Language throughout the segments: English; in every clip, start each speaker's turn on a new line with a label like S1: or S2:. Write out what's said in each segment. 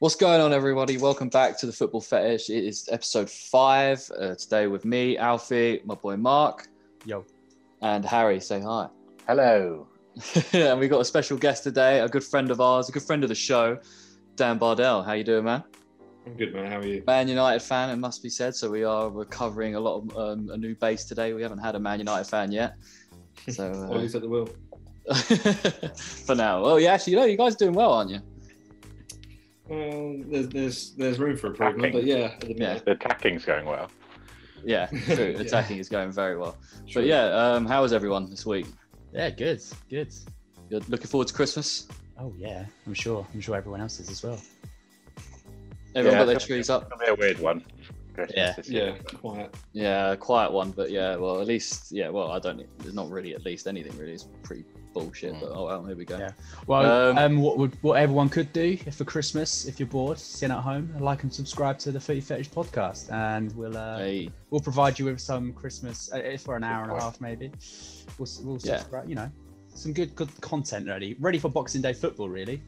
S1: What's going on, everybody? Welcome back to the Football Fetish. It is episode five. Uh, today with me, Alfie, my boy Mark.
S2: Yo.
S1: And Harry, say hi.
S3: Hello.
S1: and we've got a special guest today, a good friend of ours, a good friend of the show, Dan Bardell. How you doing, man?
S4: I'm good, man. How are you?
S1: Man United fan, it must be said. So we are recovering a lot of um, a new base today. We haven't had a Man United fan yet. So
S4: Or
S1: uh,
S4: who's at the wheel?
S1: for now, well, yeah, actually, you know, you guys are doing well, aren't you?
S4: Well, um, there's there's there's room for improvement,
S3: Attacking.
S4: but yeah, at the
S1: Yeah,
S4: minute.
S3: The attacking's going well.
S1: yeah, true.
S4: Yeah.
S1: Attacking is going very well.
S4: Sure.
S1: But yeah, um, how was everyone this week?
S2: Yeah, good, good.
S1: You're looking forward to Christmas?
S2: Oh yeah, I'm sure. I'm sure everyone else is as well.
S1: Everyone
S3: Yeah.
S1: got their trees up.
S3: It'll be a weird one. Christmas
S2: Yeah.
S3: this year.
S4: yeah, quiet.
S1: Yeah, a quiet one, but yeah, well, at least, yeah, well, I don't, there's not really at least anything really. It's pretty bullshit, but oh well, here we go.
S2: Yeah. Well,
S1: Um,
S2: um, what would what everyone could do if for Christmas, if you're bored, sitting at home, like and subscribe to the Footy Fetish podcast, and we'll uh,
S1: Hey,
S2: we'll provide you with some Christmas uh, if for an hour and a
S3: point.
S2: half maybe. We'll s- we'll
S1: Yeah.
S2: subscribe, you know, some good good content ready, ready for Boxing Day football really.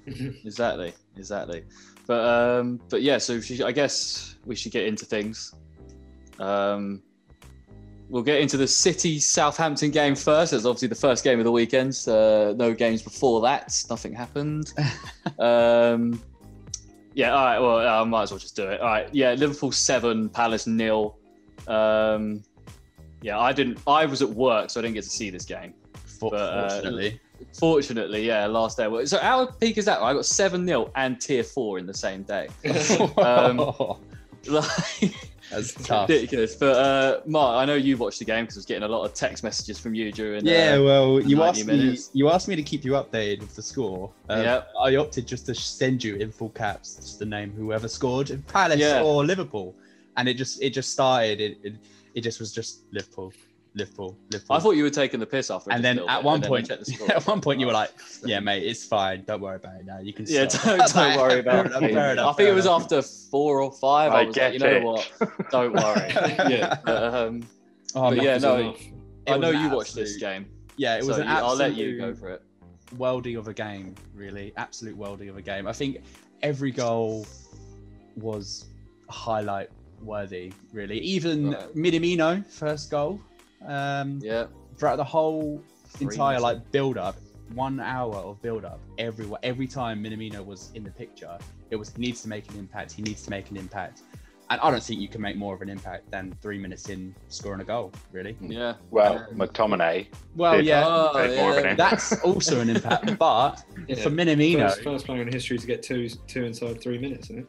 S1: exactly, exactly. But, um, but yeah, so she, I guess we should get into things. Um, we'll get into the City Southampton game first. It's obviously the first game of the weekend. Uh, no games before that. Nothing happened. um, yeah, all right. Well, I might as well just do it. All right. Yeah, Liverpool seven, Palace nil. Um, yeah, I didn't. I was at work, so I didn't get to see this game.
S2: For,
S1: But, uh,
S2: fortunately,
S1: Fortunately, yeah, last day. So our peak is that I got seven 0 and tier four in the same day. um, Like,
S2: that's tough.
S1: ridiculous. But uh, Mark, I know you watched the game because I was getting a lot of text messages from you during.
S2: Yeah,
S1: Uh,
S2: well, you
S1: 90
S2: asked
S1: minutes.
S2: me. You asked me to keep you updated with the score. Um,
S1: Yep.
S2: I opted just to send you in full caps just the name whoever scored, if Palace
S1: Yeah.
S2: or Liverpool, and it just it just started. It it, it just was just Liverpool, Liverpool, Liverpool.
S1: I thought you were taking the piss after. just
S2: and then
S1: a little
S2: at
S1: bit,
S2: one
S1: and then I
S2: point,
S1: checked the score.
S2: at one point, you were like, "Yeah, mate, it's fine. Don't worry about it now. You can."
S1: Yeah,
S2: stop."
S1: don't,
S2: I was
S1: don't
S2: like,
S1: worry
S2: fair
S1: about
S2: enough,
S1: it.
S2: fair enough,
S1: I think
S2: fair
S1: it was
S2: enough.
S1: after four or five. I,
S3: I
S1: was like,
S3: get
S1: you know
S3: it.
S1: what? Don't worry.
S4: Yeah.
S1: But, um,
S2: Oh,
S1: But
S2: mate,
S1: yeah,
S2: it was-
S1: no,
S4: Enough.
S2: it
S1: I
S2: was
S1: know
S2: an
S1: you watched this
S2: absolute-
S1: game.
S2: Yeah, it was
S1: so
S2: an
S1: you-
S2: absolute.
S1: I'll let you go for it.
S2: worldy of a game, really. Absolute worldy of a game. I think every goal was highlight worthy, really. Even
S1: Right.
S2: Minamino first goal. Um,
S1: Yeah.
S2: Throughout the whole
S1: Three
S2: entire
S1: minutes.
S2: like build up, one hour of build up. Every every time Minamino was in the picture, it was he needs to make an impact. He needs to make an impact. And I don't think you can make more of an impact than three minutes in scoring a goal, really.
S1: Yeah.
S3: Well,
S1: Um,
S3: McTominay.
S2: Well,
S3: Did.
S2: yeah,
S1: Oh,
S3: Bit more of an
S1: yeah.
S3: impact.
S2: that's also an impact. But
S4: Yeah.
S2: for Minamino,
S4: First, first player in history to get two two inside three minutes, isn't it?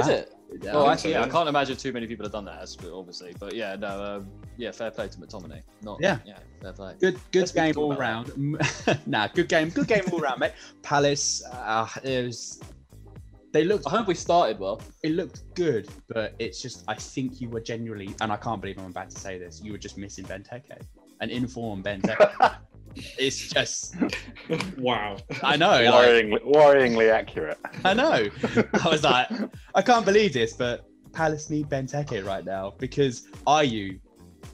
S1: Is it?
S2: Yeah,
S1: well,
S4: I think
S1: actually,
S4: so,
S1: yeah, I
S4: yeah.
S1: can't imagine too many people have done that, as- obviously. But yeah, no, um, yeah, fair play to McTominay. Not,
S2: Yeah.
S1: yeah, fair play.
S2: Good,
S1: Let's
S2: good
S1: be
S2: game
S1: cool
S2: all
S1: about
S2: round. nah, good game, good game all round, mate. Palace, uh, it was. They looked,
S1: I hope we started well.
S2: it looked good, but it's just I think you were genuinely, and I can't believe I'm about to say this, you were just missing Benteke, an informed Benteke. it's just,
S4: wow.
S2: I know, like,
S3: Worryingly, worryingly accurate.
S2: I know. I was like, I can't believe this, but Palace need Benteke right now because are you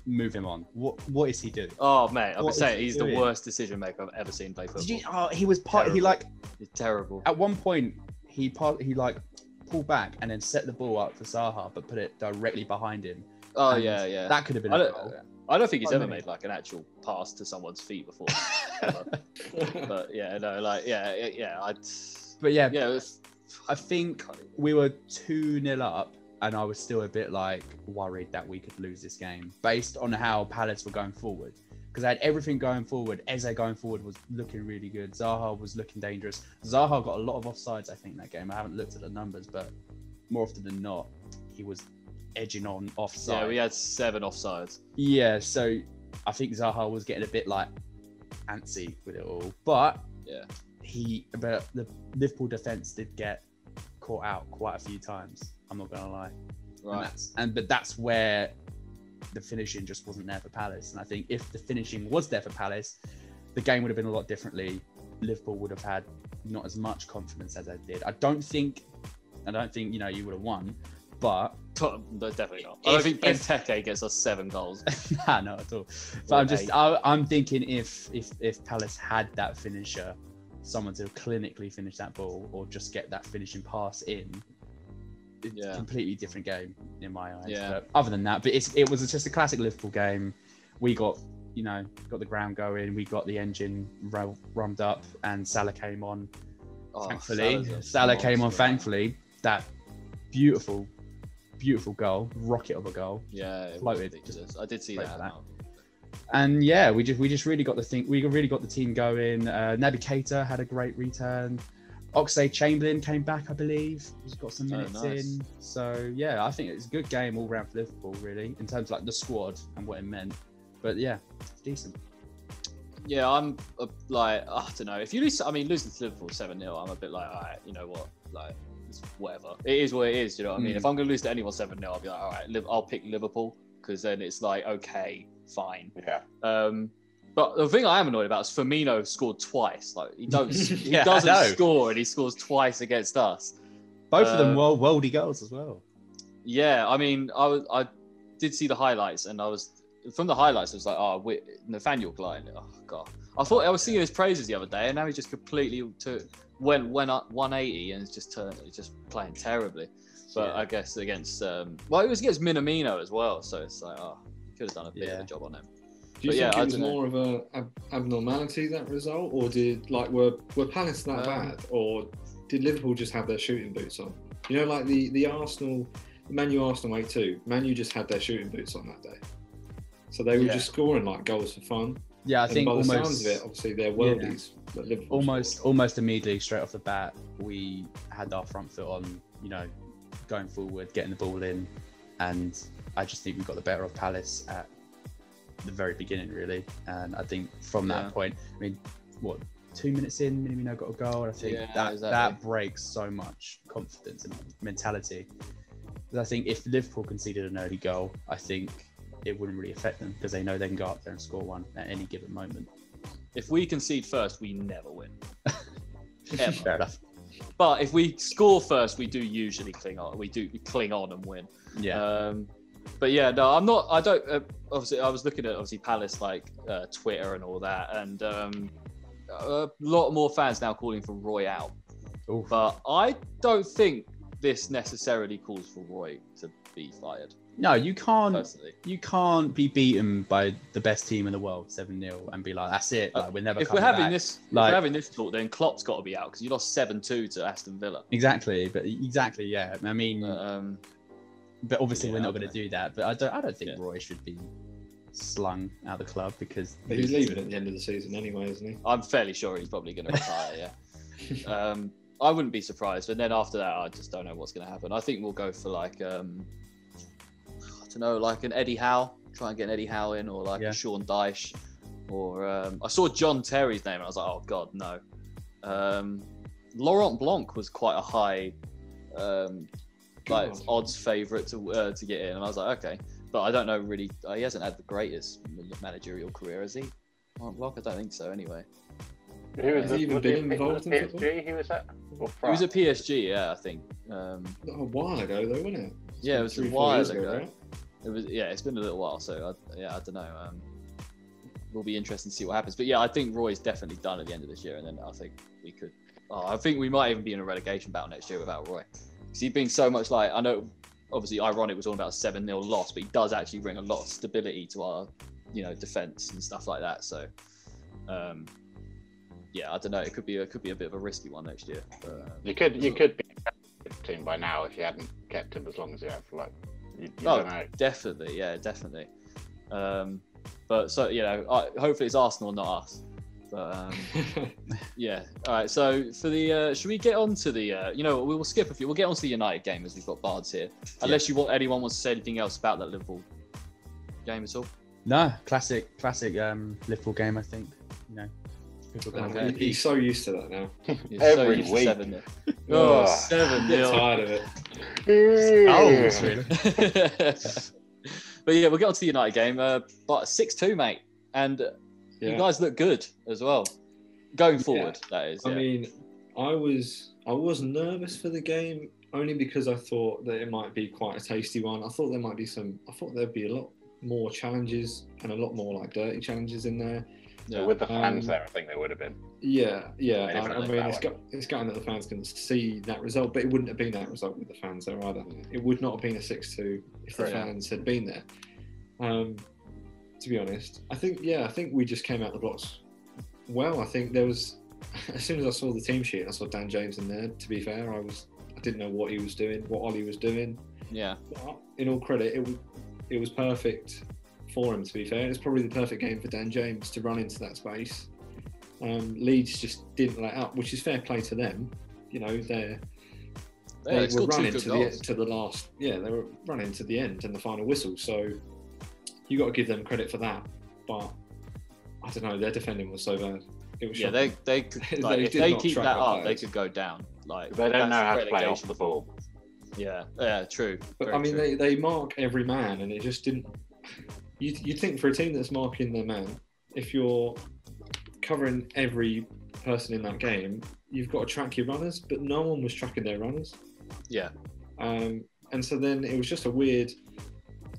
S2: move him on? What what is he doing?
S1: Oh, mate, I've been
S2: What is
S1: saying
S2: he
S1: he's
S2: doing?
S1: the worst decision maker I've ever seen play football.
S2: Did you, oh, he was part. He
S1: Terrible.
S2: like
S1: He's terrible.
S2: at one point he part he like pulled back and then set the ball up for Zaha, but put it directly behind him.
S1: Oh,
S2: And
S1: yeah, yeah.
S2: That could have been
S1: I
S2: a
S1: don't-
S2: goal.
S1: I don't think he's
S2: Oh,
S1: ever
S2: no.
S1: made like an actual pass to someone's feet before. but, but yeah, no, like yeah, yeah, yeah, I'd,
S2: But yeah,
S1: yeah, it was,
S2: I think we were two 0 up, and I was still a bit like worried that we could lose this game based on how Palace were going forward. Because they had everything going forward. Eze going forward was looking really good. Zaha was looking dangerous. Zaha got a lot of offsides, I think, that game. I haven't looked at the numbers, but more often than not, he was edging on offside.
S1: yeah, we had seven offsides.
S2: Yeah, so I think Zaha was getting a bit like antsy with it all, but
S1: Yeah.
S2: he but the Liverpool defense did get caught out quite a few times. I'm not gonna lie, and
S1: Right.
S2: that's and but that's where the finishing just wasn't there for Palace, and I think if the finishing was there for Palace, the game would have been a lot differently. Liverpool would have had not as much confidence as they did. I don't think, I don't think you know you would have won, but
S1: No, definitely not. I don't
S2: If-
S1: think
S2: if-
S1: Benteke gets us seven goals.
S2: nah, not at all. But
S1: Or
S2: I'm just,
S1: eight.
S2: I, I'm thinking if if if Palace had that finisher, someone to clinically finish that ball or just get that finishing pass in, it's
S1: Yeah.
S2: a completely different game in my eyes.
S1: Yeah.
S2: But other than that, but it's, it was just a classic Liverpool game. We got, you know, got the ground going. We got the engine ru- rummed up, and Salah came on.
S1: Oh,
S2: thankfully,
S1: Salah's a
S2: Salah came on.
S1: monster.
S2: Thankfully, that beautiful, beautiful goal, rocket of a goal.
S1: Yeah, it was
S2: Floated.
S1: ridiculous. I did see
S2: Floated
S1: that.
S2: that. And yeah, we just we just really got the thing. We really got the team going. Uh, Naby Keita had a great return. Oxlade Chamberlain came back, I believe. He's got some
S1: Oh,
S2: minutes
S1: nice.
S2: in. So yeah, I think it's a good game all round for Liverpool, really, in terms of like the squad and what it meant. But yeah, it's decent.
S1: Yeah, I'm uh, like I don't know. If you lose, I mean, losing to Liverpool seven 0 I'm a bit like, all right, you know what, like it's whatever. It is what it is. You know what I mean?
S2: Mm.
S1: If I'm gonna lose to anyone seven 0 I'll be like, all right, Liv- I'll pick Liverpool because then it's like, okay, fine.
S3: Yeah.
S1: Um, but the thing I am annoyed about is Firmino scored twice. Like he don't, he
S2: Yeah, I
S1: doesn't
S2: know.
S1: score, and he scores twice against us.
S2: Both of
S1: Uh,
S2: them were worldy goals as well.
S1: Yeah, I mean, I was, I did see the highlights, and I was from the highlights. I was like, oh, we, Nathaniel Klein. Oh god, I thought I was singing his praises the other day, and now he just completely took, went went up 180 and it's just turned it's just playing terribly. But
S2: Yeah.
S1: I guess against um, well, it was against Minamino as well, so it's like, oh, could have done a bit of
S2: Yeah.
S1: a job on him.
S4: Do you
S1: But
S4: think
S1: yeah, I
S4: it was
S1: dunno.
S4: more of a ab- abnormality that result, or did like were were Palace that
S1: Um,
S4: bad, or did Liverpool just have their shooting boots on? You know, like the the Arsenal, Manu Arsenal eight two. Manu just had their shooting boots on that day, so they were
S1: Yeah.
S4: just scoring like goals for fun.
S2: Yeah, I
S4: and
S2: think
S4: by the
S2: almost
S4: sounds of it, obviously they're worldies. But Liverpool
S2: almost almost immediately straight off the bat we had our front foot on you know going forward getting the ball in and i just think we got the better of palace at the very beginning really and i think from that
S1: Yeah.
S2: point i mean what two minutes in minamino got a goal and i think
S1: Yeah,
S2: that that
S1: exactly.
S2: breaks so much confidence and mentality 'Cause i think if liverpool conceded an early goal i think it wouldn't really affect them because they know they can go up there and score one at any given moment
S1: If we concede first, we never win. Ever.
S2: fair enough
S1: but if we score first, we do usually cling on. We do cling on and win.
S2: yeah
S1: Um, but yeah, no, I'm not. I don't. Uh, obviously, I was looking at obviously Palace like uh, Twitter and all that, and um, a lot more fans now calling for Roy out.
S2: Oof.
S1: But I don't think this necessarily calls for Roy to be fired.
S2: No, you can't.
S1: Personally,
S2: You can't be beaten by the best team in the world, seven 0 and be like, "That's it. Like, we're never."
S1: Uh, if we're
S2: coming
S1: having
S2: back."
S1: this, if
S2: like-
S1: we're having this talk, then Klopp's got to be out because you lost seven two to Aston Villa.
S2: exactly, but exactly, yeah. I mean,
S1: Um,
S2: but obviously we're
S1: yeah,
S2: not going to
S1: okay.
S2: do that. But I don't. I don't think
S1: Yeah.
S2: Roy should be slung out of the club because
S4: But he's leaving at the end of the season anyway, isn't he?
S1: I'm fairly sure he's probably going to retire. Yeah. Um, I wouldn't be surprised. And then after that, I just don't know what's going to happen. I think we'll go for like, um, I don't know, like an Eddie Howe, try and get an Eddie Howe in, or like
S2: Yeah.
S1: a Sean Dyche. Or um, I saw John Terry's name and I was like, oh, God, no. Um, Laurent Blanc was quite a high, um, like,
S4: God.
S1: odds favourite to, uh, to get in. And I was like, okay. But I don't know really. uh, He hasn't had the greatest managerial career, has he? Laurent Blanc? I don't think so, anyway.
S3: Who was
S1: Has
S3: the,
S4: he even
S3: was
S4: been
S3: he-
S4: involved in
S3: was it
S4: football?
S3: PSG he was at? Or
S1: It was
S3: France?
S1: at PSG, yeah, I think. Um,
S4: Not a while ago though, wasn't it? It's
S1: Yeah, it
S4: been
S1: was a
S4: three, four
S1: while
S4: years
S1: ago.
S4: right?
S1: it was, yeah, it's been a little while, so I, yeah, I don't know. Um, will be interesting to see what happens, but yeah, I think Roy's definitely done at the end of this year, and then I think we could. Oh, I think we might even be in a relegation battle next year without Roy, because he's been so much like I know. Obviously, ironic was all about seven 0 loss, but he does actually bring a lot of stability to our, you know, defense and stuff like that. So, um, yeah, I don't know. It could be it could be a bit of a risky one next year. But, um,
S3: You could you could be a team by now if you hadn't kept him as long as you have. Like, you, you
S1: Oh.
S3: don't know.
S1: Definitely, yeah, definitely. Um, but so you know, I, hopefully it's Arsenal, not us. But um, yeah, all right. So for the, uh, should we get on to the? Uh, you know, we will skip a few. We'll get on to the United game as we've got Bards here. Unless you want anyone wants to say anything else about that Liverpool game at all.
S2: no classic, classic um, Liverpool game. I think you know people
S4: Oh,
S2: going
S1: Okay.
S4: man, He's so used to that now.
S1: You're
S3: Every
S1: used to
S3: week.
S1: Seven, nil. oh,
S3: Ugh.
S1: seven
S4: Get
S1: nil.
S4: tired of it.
S2: goals, really.
S1: but yeah, we'll get on to the United game. Uh, but six two, mate, and
S4: Yeah.
S1: you guys look good as well. Going
S4: Yeah.
S1: forward, that is.
S4: I
S1: yeah.
S4: mean, I was I was nervous for the game only because I thought that it might be quite a tasty one. I thought there might be some. I thought there'd be a lot more challenges and a lot more like dirty challenges in there.
S1: Yeah.
S3: With the fans
S4: Um,
S3: there, I think they would have been.
S4: Yeah, yeah.
S3: Made it
S4: I, I
S3: look
S4: mean,
S3: that
S4: it's
S3: way.
S4: got it's gotten that the fans can see that result, but it wouldn't have been that result with the fans there either. It would not have been a six-two if the
S1: Correct.
S4: fans had been there. Um, to be honest, I think yeah, I think we just came out the blocks well. I think there was as soon as I saw the team sheet, and I saw Dan James in there. To be fair, I was I didn't know what he was doing, what Ollie was doing.
S1: Yeah.
S4: But in all credit, it was it was perfect for him. To be fair, it's probably the perfect game for Dan James to run into that space. Um, Leeds just didn't let up, which is fair play to them. You know, they're,
S1: Yeah,
S4: they
S1: he
S4: were
S1: scored two
S4: running
S1: good
S4: to the,
S1: goals.
S4: to the last. Yeah, they were running to the end and the final whistle. So you got to give them credit for that. But I don't know, their defending was so bad. It was
S1: Yeah,
S4: shocking.
S1: they they could,
S4: They
S1: like, if
S4: did
S1: they
S4: not
S1: keep
S4: track
S1: that up,
S4: our
S1: they
S4: players.
S1: could go down. Like
S3: They don't
S1: that's
S3: know how to play off
S1: relegation.
S3: the ball.
S1: Yeah, yeah, true.
S4: But
S1: Very
S4: I mean,
S1: true.
S4: they, they mark every man, and it just didn't. You'd, you'd think for a team that's marking their man, if you're covering every person in that game, you've got to track your runners, but no one was tracking their runners.
S1: yeah,
S4: Um, and so then it was just a weird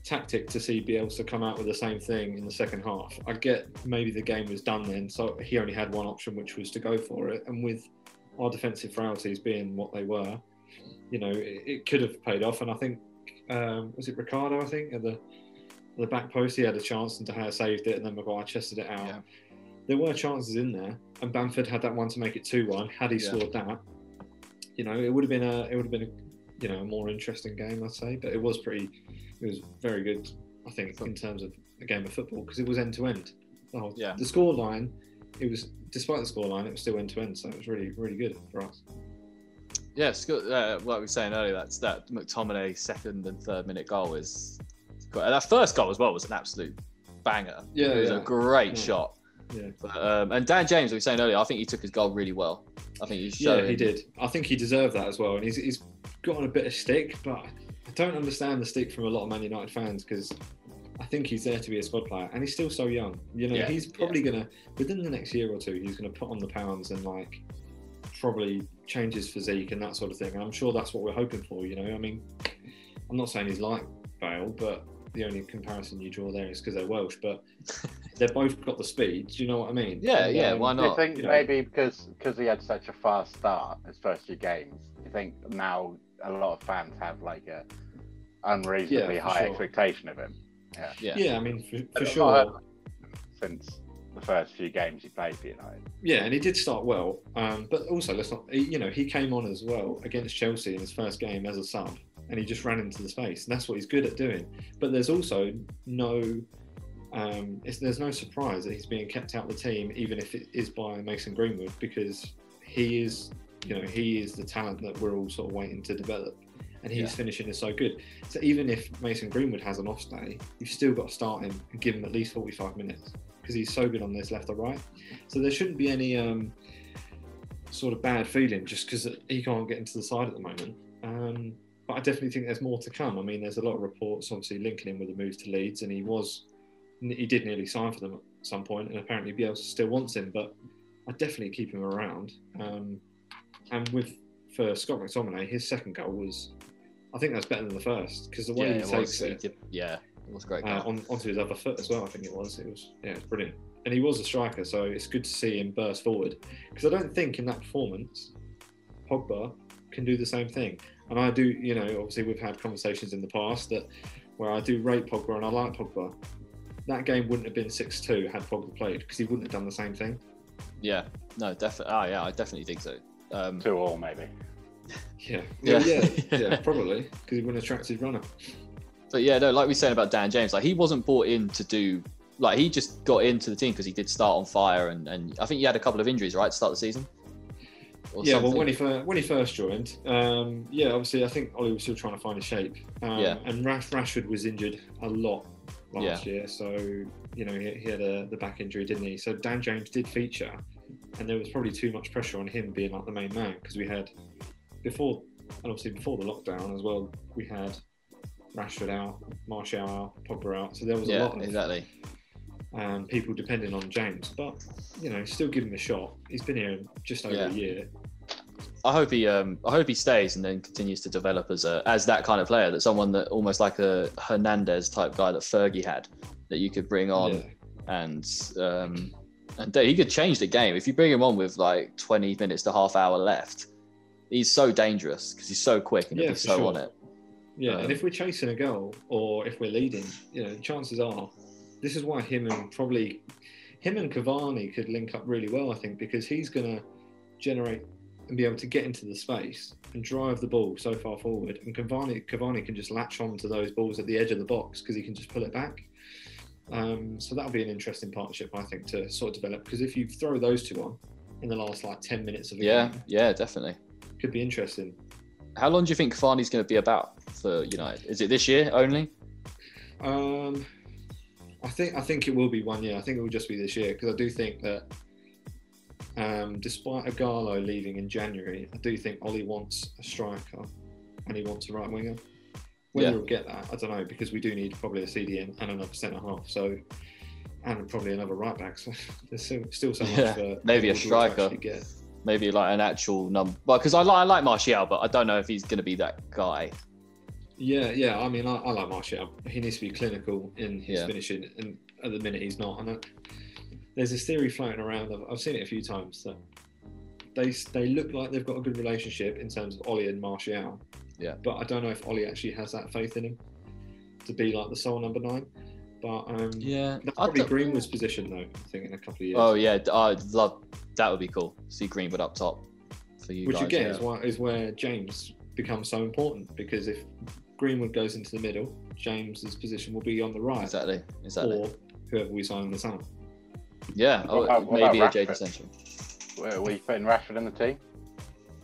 S4: tactic to see Bielsa come out with the same thing in the second half. I get maybe the game was done then, so he only had one option, which was to go for it. And with our defensive frailties being what they were, you know, it, it could have paid off. And I think um, was it Ricardo? I think at the the back post, he had a chance, and De Gea saved it, and then Maguire chested it out.
S1: Yeah.
S4: There were chances in there, and Bamford had that one to make it two-one. Had he
S1: Yeah.
S4: scored that, you know, it would have been a it would have been a you know, a more interesting game, I'd say. But it was pretty, it was very good, I think, in terms of a game of football because it was end to end. The whole,
S1: Yeah.
S4: the scoreline, it was despite the scoreline, it was still end to end, so it was really, really good for us.
S1: yeah. It's good. Uh, what we were saying earlier, that's that McTominay second and third minute goal is. Quite, and that first goal as well was an absolute banger.
S4: Yeah,
S1: it was a
S4: yeah.
S1: great
S4: Yeah.
S1: shot.
S4: Yeah.
S1: But, um, and Dan James, we were saying earlier, I think he took his goal really well. I think he showed.
S4: yeah, he did. I think he deserved that as well, and he's he's gotten a bit of stick, but I don't understand the stick from a lot of Man United fans because. I think he's there to be a squad player, and he's still so young. You know,
S1: Yeah,
S4: he's probably gonna within the next year or two, he's gonna put on the pounds and like probably change his physique and that sort of thing. And I'm sure that's what we're hoping for. You know, I mean, I'm not saying he's like Bale, but the only comparison you draw there is because they're Welsh, but they've both got the speed. Do you know what I mean?
S1: Yeah,
S4: And,
S1: yeah.
S4: um,
S1: Why
S3: Do you
S1: not?
S3: think
S4: you know.
S3: maybe because because he had such a fast start his first few games, you think now a lot of fans have like a unreasonably
S4: Yeah, for
S3: high
S4: sure.
S3: expectation of him
S1: Yeah.
S4: Yeah, I mean, for, for
S3: I've
S4: sure.
S3: not heard since the first few games he played for United?
S4: Yeah, and he did start well, um, but also let's not, he- you know, he came on as well against Chelsea in his first game as a sub, and he just ran into the space, and that's what he's good at doing. But there's also no, um, it's, there's no surprise that he's being kept out of the team, even if it is by Mason Greenwood, because he is, you know, he is the talent that we're all sort of waiting to develop, and his
S1: Yeah.
S4: finishing is so good. So even if Mason Greenwood has an off day, you've still got to start him and give him at least 45 minutes because he's so good on this left or right. So there shouldn't be any um, sort of bad feeling just because he can't get into the side at the moment. Um, but I definitely think there's more to come. I mean, there's a lot of reports obviously linking him with a move to Leeds, and he was he did nearly sign for them at some point, and apparently Bielsa still wants him. But I definitely keep him around. Um, and with for Scott McTominay, his second goal was, I think that's better than the first because the way
S1: Yeah,
S4: he
S1: it
S4: takes
S1: was.
S4: it,
S1: He did- yeah, it was a great.
S4: uh,
S1: goal.
S4: on, onto his other foot as well. I think it was. It was yeah, it was brilliant. And he was a striker, so it's good to see him burst forward. Because I don't think in that performance, Pogba can do the same thing. And I do, you know, obviously we've had conversations in the past that where I do rate Pogba and I like Pogba. That game wouldn't have been six two had Pogba played because he wouldn't have done the same thing.
S1: Yeah, no, definitely. Oh, yeah, I definitely think so. Um,
S3: Two all maybe.
S4: Yeah,
S1: Yeah.
S4: yeah, yeah, yeah probably because he wouldn't have tracked his runner.
S1: but yeah, no, like we said about Dan James, like he wasn't brought in to do, like he just got into the team because he did start on fire, and and I think he had a couple of injuries right to start the season. Or
S4: yeah, well,
S1: something.
S4: when he first, when he first joined, um, yeah, obviously I think Ollie was still trying to find his shape. Um,
S1: Yeah.
S4: And Rash, Rashford was injured a lot last year, so you know he, he had a, the back injury, didn't he? So Dan James did feature, and there was probably too much pressure on him being like the main man because we had before and obviously before the lockdown as well, we had Rashford out, Martial out, Pogba out, so there was a
S1: yeah,
S4: lot of
S1: exactly.
S4: um, people depending on James. But you know, still give him a shot. He's been here just over
S1: Yeah.
S4: a year.
S1: I hope he, um, I hope he stays and then continues to develop as a as that kind of player, that someone that almost like a Hernandez type guy that Fergie had, that you could bring on
S4: Yeah.
S1: and um, And he could change the game if you bring him on with like 20 minutes to half hour left. He's so dangerous because he's so quick and
S4: Yeah,
S1: he'll be
S4: for
S1: so
S4: sure.
S1: on it.
S4: Yeah,
S1: Um,
S4: and if we're chasing a goal or if we're leading, you know, chances are this is why him and probably him and Cavani could link up really well, I think, because he's going to generate and be able to get into the space and drive the ball so far forward, and Cavani Cavani can just latch on to those balls at the edge of the box because he can just pull it back. Um, so that'll be an interesting partnership, I think, to sort of develop. Because if you throw those two on in the last like ten minutes of a
S1: Yeah,
S4: game,
S1: yeah, definitely.
S4: could be interesting.
S1: How long do you think Cavani's going to be about for United? Is it this year only?
S4: Um, I think I think it will be one year. I think it will just be this year because I do think that, um, despite Agallo leaving in January, I do think Ollie wants a striker and he wants a right winger. Whether
S1: Yeah.
S4: he'll get that, I don't know because we do need probably a CDM and another centre half. So. And probably another right back. So there's still, still so much.
S1: Yeah,
S4: for
S1: maybe a
S4: Liverpool to
S1: striker.
S4: actually get.
S1: Maybe like an actual number. Well, because I, li- I like Martial, but I don't know if he's going to be that guy.
S4: Yeah, yeah. I mean, I, I like Martial. He needs to be clinical in his
S1: Yeah.
S4: finishing, and at the minute he's not. And I, there's this theory floating around. I've, I've seen it a few times that they s- they look like they've got a good relationship in terms of Ollie and Martial.
S1: Yeah.
S4: But I don't know if Ollie actually has that faith in him to be like the sole number nine. But um,
S1: Yeah.
S4: that's probably Greenwood's position though. I think in a couple of years.
S1: Oh, yeah. I'd love that. Would be cool. See Greenwood up top for you
S4: which
S1: guys.
S4: again
S1: yeah.
S4: is why is where James becomes so important because if Greenwood goes into the middle, James's position will be on the right.
S1: Exactly. Exactly.
S4: or whoever we sign in the summer.
S1: yeah.
S3: What
S1: Oh,
S3: about- what
S1: maybe a
S3: about
S1: Jaden
S3: Rashford?
S1: Sancho.
S3: Were we putting Rashford in the team?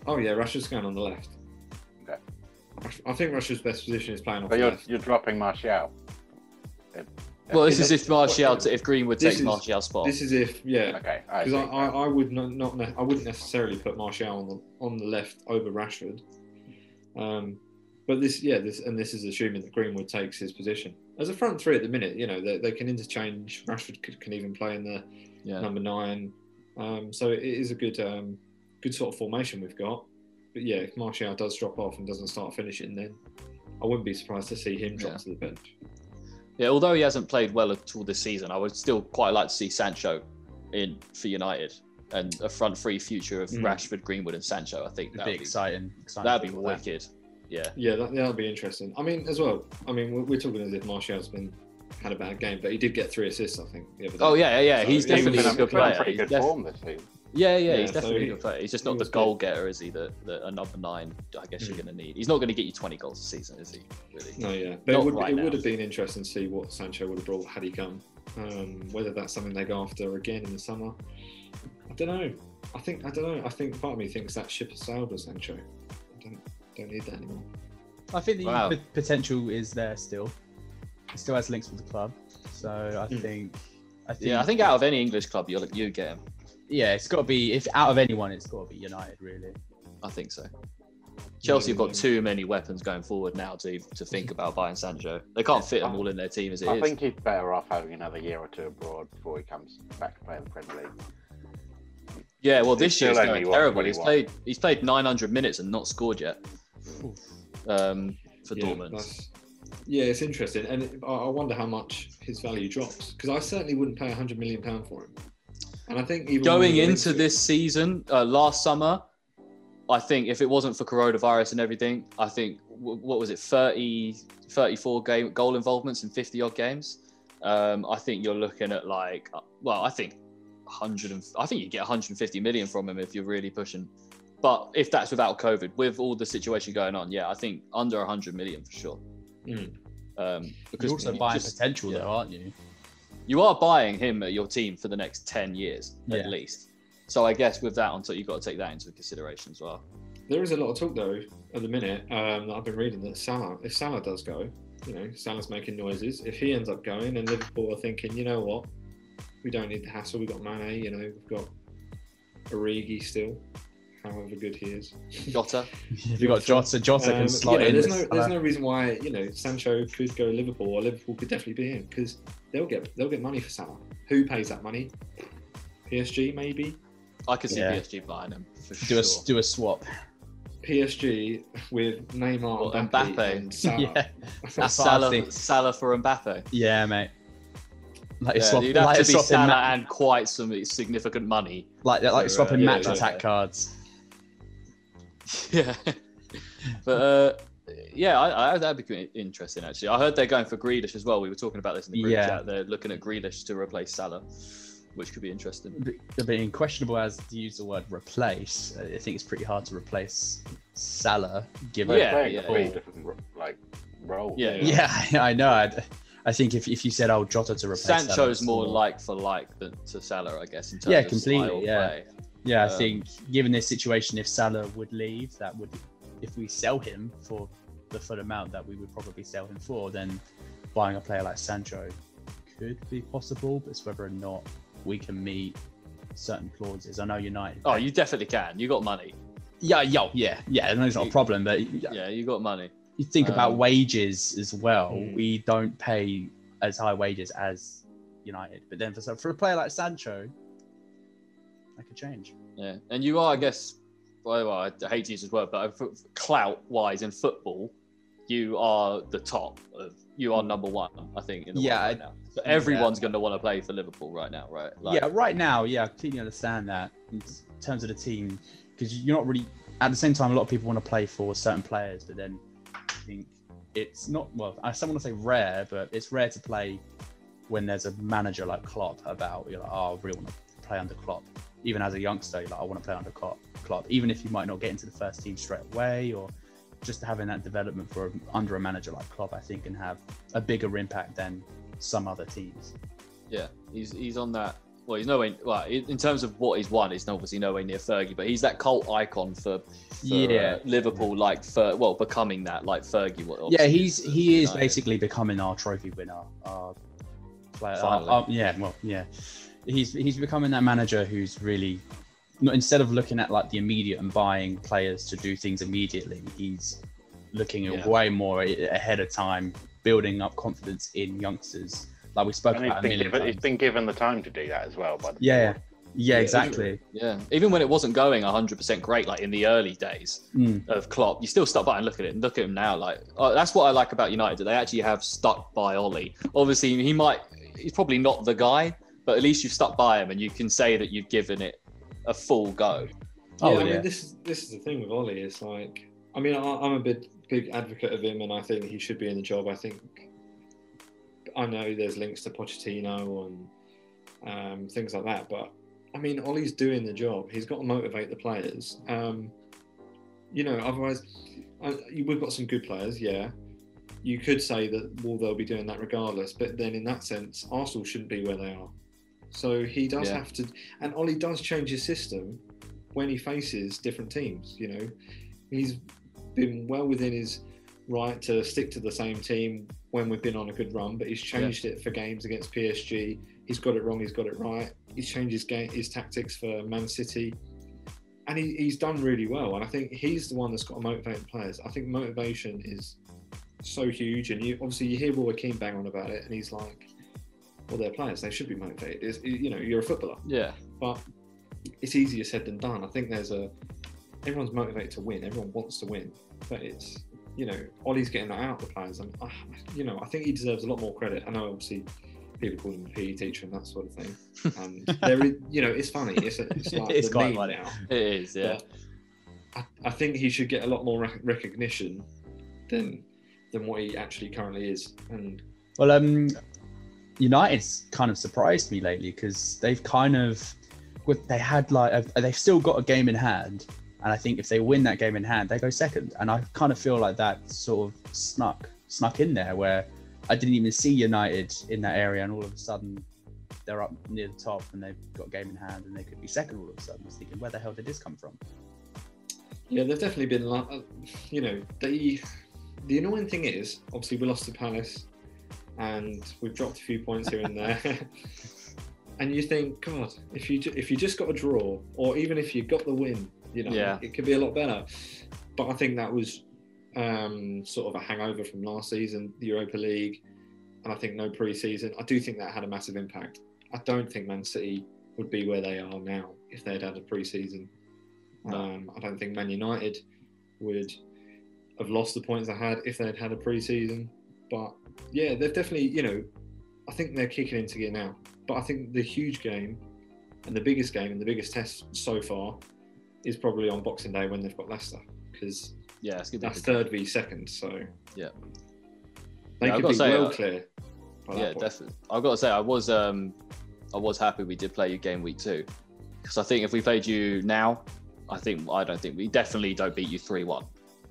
S4: Oh yeah, Russia's going on the left.
S3: Okay.
S4: Rush- I think Russia's best position is playing off
S3: But
S4: the
S3: you're
S4: left.
S3: you're dropping Martial.
S1: Well,
S4: Yeah,
S1: this is
S4: that's-
S1: if Martial, if Greenwood
S4: This
S1: takes
S4: is-
S1: Martial's spot.
S4: This is if yeah,
S3: Okay, I
S4: because I,
S3: agree.
S4: I, I would not, not ne- I wouldn't necessarily put Martial on the on the left over Rashford. Um, but this yeah this and this is assuming that Greenwood takes his position as a front three at the minute. You know they, they can interchange. Rashford could, can even play in the
S1: yeah.
S4: number nine. Um, so it is a good um, good sort of formation we've got. But yeah, if Martial does drop off and doesn't start finishing, then I wouldn't be surprised to see him drop
S1: Yeah.
S4: to the bench.
S1: yeah. Although he hasn't played well at all this season, I would still quite like to see Sancho in for United and a front three future of
S4: Mm.
S1: Rashford, Greenwood, and Sancho. I think
S2: It'd
S1: that
S2: be
S1: would be,
S2: exciting. exciting
S1: that'd be
S2: for that.
S1: wicked. Yeah.
S4: Yeah, that that'll be interesting. I mean, as well. I mean, we're, we're talking as if Martial's been had a bad game, but he did get three assists, I think. The other day.
S1: Oh yeah, yeah, yeah. he's
S4: So he was
S1: definitely
S4: in
S1: a
S4: a-
S1: good
S4: he was in
S1: player.
S3: pretty
S1: He's
S3: good
S1: def-
S3: form this season.
S1: yeah, yeah,
S4: Yeah,
S1: he's
S4: so
S1: definitely
S4: he-
S1: a good player. He's just
S4: he
S1: not the
S4: was good.
S1: goal getter, is he? That that a number nine, I guess you're
S4: Mm.
S1: going to need. He's not going to get you 20 goals a season, is he? Really?
S4: No, yeah, but
S1: Not
S4: it would
S1: right
S4: it
S1: now.
S4: would have been interesting to see what Sancho would have brought had he come. Um, whether that's something they go after again in the summer, I don't know. I think I don't know. I think part of me thinks that ship has sailed with Sancho. I don't don't need that anymore.
S2: I think the
S1: Wow.
S2: p- potential is there still. He still has links with the club, so I
S4: Mm.
S2: think. I think
S1: Hmm. Yeah, I think out of any English club, you'll you get him.
S2: yeah, it's got to be if out of anyone, it's got to be United, really.
S1: I think so. Chelsea have got
S4: yeah.
S1: too many weapons going forward now to to think about buying Sancho. They can't fit them all in their team as it
S3: I
S1: is.
S3: think he's better off having another year or two abroad before he comes back to play in the Premier League.
S1: yeah, well,
S3: He's
S1: this year's
S3: still
S1: going
S3: only what-
S1: terrible.
S3: what he
S1: He's
S3: wants.
S1: played he's played 900 minutes and not scored yet
S2: Oof.
S1: um, for
S4: yeah,
S1: Dortmund.
S4: that's- Yeah, it's interesting, and it, I I wonder how much his value drops because I certainly wouldn't pay a hundred million pound for him. And I think even when
S1: Going
S4: we were
S1: into this season, uh, last summer, I think if it wasn't for coronavirus and everything, I think wh- what was it 30 34 game goal involvements in 50 odd games. Um, I think you're looking at like uh, well, I think 100 and I think you get 150 million from him if you're really pushing. But if that's without COVID, with all the situation going on, yeah, I think under 100 million for sure.
S4: Mm.
S1: Um,
S2: You're also buying
S1: just-
S2: potential,
S1: yeah.
S2: though, aren't you?
S1: you are buying him at your team for the next 10 years at
S2: Yeah.
S1: least so i guess with that on top you've got to take that into consideration as well
S4: There is a lot of talk though at the minute um, that I've been reading that Salah, if Salah does go, you know, Salah's making noises. If he ends up going, and Liverpool are thinking, you know what, we don't need the hassle. We've got Mane, you know, we've got Origi still, however good he is.
S1: Jota,
S2: If you got Jota, Jota
S4: Um,
S2: can slot
S4: you know,
S2: in.
S4: there's
S2: with
S4: no there's
S2: Salah.
S4: no reason why you know Sancho could go to Liverpool or Liverpool could definitely be in because they'll get they'll get money for Salah. Who pays that money? PSG maybe.
S1: I could see
S2: Yeah.
S1: PSG buying him for
S2: do
S1: sure.
S2: a do a swap.
S4: Ah. PSG with
S1: Or
S4: Neymar, and
S1: Mbappe.
S4: Mbappe, and Salah.
S2: yeah,
S1: That's
S2: That's what I
S1: Salah,
S2: think.
S1: Salah for Mbappe.
S2: yeah, mate. Like
S1: Yeah,
S2: swap,
S1: you'd have
S2: like
S1: to be
S2: swapping,
S1: Salah
S2: ma-
S1: and quite some significant money.
S2: like, like swapping
S1: uh, Yeah,
S2: match
S1: yeah.
S2: attack cards.
S1: yeah, but uh, yeah, I, I, that'd be interesting actually. I heard they're going for Grealish as well. We were talking about this in the group
S2: Yeah.
S1: chat. They're looking at Grealish to replace Salah, which could be interesting.
S2: B- Being questionable as to use the word replace, I think it's pretty hard to replace Salah given
S1: Yeah,
S3: playing
S1: yeah,
S3: completely
S1: yeah.
S3: different ro- like roles.
S1: Yeah.
S2: Yeah, I know. I'd, I think if, if you said, "Oh, Jota to replace Salah,"
S1: Sancho's
S2: it's
S1: more like for like than to Salah, I guess. In terms
S2: Yeah,
S1: of
S2: completely,
S1: style
S2: yeah.
S1: play.
S2: yeah, I
S1: um,
S2: think given this situation, if Salah would leave, that would if we sell him for the full amount that we would probably sell him for, then buying a player like Sancho could be possible. But it's whether or not we can meet certain clauses. I know United.
S1: Oh, you definitely can. You got money.
S2: yeah, yeah, yeah, yeah. I know it's not a problem, but
S1: Yeah, you got money.
S2: you think about
S1: Um,
S2: wages as well.
S4: Mm.
S2: We don't pay as high wages as United, but then for so- for a player like Sancho, that could change.
S1: Yeah, and you are, I guess. Well, well, I hate to use this word, but clout-wise in football, you are the top. Of, you are number one, I think. In the
S2: Hmm. Yeah,
S1: world
S2: I-
S1: right now. So everyone's going to want to play for Liverpool right now, right? Like,
S2: yeah, right now, yeah, I completely understand that in s- terms of the team because you're not really. At the same time, a lot of people want to play for certain players, but then I think it's not. Well, I still want to say rare, but it's rare to play when there's a manager like Klopp about. You're like, oh, I really want to play under Klopp. Even as a youngster, you're like, I want to play under Klopp. Klopp, even if you might not get into the first team straight away, or just having that development for under a manager like Klopp, I think can have a bigger impact than some other teams.
S1: yeah. He's he's on that. Well, he's nowhere. Well, in in terms of what he's won, it's obviously nowhere near Fergie, but he's that cult icon for, for uh,
S2: Yeah.
S1: Liverpool, like for well, becoming that like Fergie. What
S2: yeah,
S1: obviously uh,
S2: he's
S1: for
S2: he is
S1: United.
S2: basically becoming our trophy winner. Our player, our-
S1: Finally.
S2: our- yeah, well, yeah, he's he's becoming that manager who's really not instead of looking at like the immediate and buying players to do things immediately, he's looking at
S1: Yeah.
S2: way more a- ahead of time, building up confidence in youngsters. Like we spoke
S3: And
S2: about
S3: he's
S2: a
S3: been,
S2: million
S3: given, he's
S2: times.
S3: been given the time to do that as well. By the
S2: Yeah, yeah,
S1: Yeah,
S2: exactly.
S1: Yeah, even when it wasn't going 100% great, like in the early days,
S2: Mm.
S1: of Klopp, you still stuck by and look at it and look at him now. Like oh, that's what I like about United. They actually have stuck by Ollie. Obviously, he might he's probably not the guy, but at least you've stuck by him and you can say that you've given it a full go.
S2: Oh,
S4: yeah, I
S2: yeah.
S4: mean, this is this is the thing with Ollie. It's like, I mean, I, I'm a big big advocate of him, and I think he should be in the job. I think I know there's links to Pochettino and um, things like that, but I mean, Ollie's doing the job. He's got to motivate the players. Um, you know, otherwise, I, you- we've got some good players. Yeah, you could say that well, they'll be doing that regardless. But then, in that sense, Arsenal shouldn't be where they are. So he does
S1: Yeah.
S4: have to, and Ollie does change his system when he faces different teams. You know, he's been well within his right to stick to the same team when we've been on a good run, but he's changed it for games against PSG. He's got it wrong. He's got it right. He's changed his game, his tactics for Man City, and he, he's done really well. And I think he's the one that's got to motivate the players. I think motivation is so huge, and you obviously you hear Roy Keane bang on about it, and he's like, "Well, they're players. They should be motivated. It's, you know, you're a footballer."
S1: Yeah,
S4: but it's easier said than done. I think there's a everyone's motivated to win. Everyone wants to win, but it's you know Ollie's getting that out of the players, and I, you know I think he deserves a lot more credit. I know obviously people call him a PE teacher and that sort of thing, and there is you know it's funny. It's a, it's like
S2: It's
S4: the
S2: quite
S4: meme
S2: funny.
S4: now.
S1: it is. Yeah,
S4: I, I think he should get a lot more rec- recognition than than what he actually currently is, and
S2: Well, um, United's kind of surprised me lately because they've kind of, with- they had like a, they've still got a game in hand, and I think if they win that game in hand, they go second, and I kind of feel like that sort of snuck snuck in there where I didn't even see United in that area, and all of a sudden they're up near the top and they've got a game in hand and they could be second all of a sudden. I was thinking, where the hell did this come from?
S4: Yeah, they've definitely been like, you know, they. The annoying thing is, obviously, we lost to Palace, and we've dropped a few points here and there. and you think, God, if you ju- if you just got a draw, or even if you got the win, you know,
S1: Yeah.
S4: it could be a lot better. But I think that was um, sort of a hangover from last season, the Europa League, and I think no pre-season. I do think that had a massive impact. I don't think Man City would be where they are now if they'd had a pre-season. Um, I don't think Man United would have lost the points they had if they'd had a pre-season. But yeah, they've definitely, you know, I think they're kicking into gear now. But I think the huge game and the biggest game and the biggest test so far is probably on Boxing Day when they've got Leicester because
S1: Yeah, it's good.
S4: that's third v second. So
S1: Yeah.
S4: they
S1: Yeah, I've got
S4: could
S1: to
S4: be
S1: say,
S4: well
S1: uh,
S4: clear. by that
S1: yeah,
S4: point.
S1: definitely. I've got to say, I was um, I was happy we did play you game week two, because I think if we played you now, I think I don't think we definitely don't beat you three one,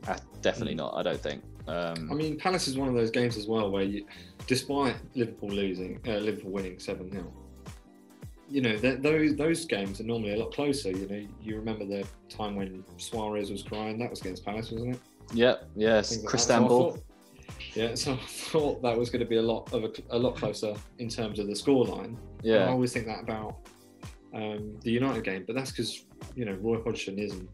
S1: Ah, definitely not. I don't think. Um,
S4: Hmm. I mean, Palace is one of those games as well where, you, despite Liverpool losing, uh, Liverpool winning seven 0 you know that those those games are normally a lot closer. You know, you remember the time when Suarez was crying. That was against Palace, wasn't it?
S1: yeah, yes,
S4: think that-
S1: Chris
S4: so I
S1: Ball.
S4: thought- Yeah, so I thought that was going to be a lot of a, a lot closer in terms of the scoreline. I
S1: Yeah,
S4: always think that about um, the United game, but that's because you know Roy Hodgson isn't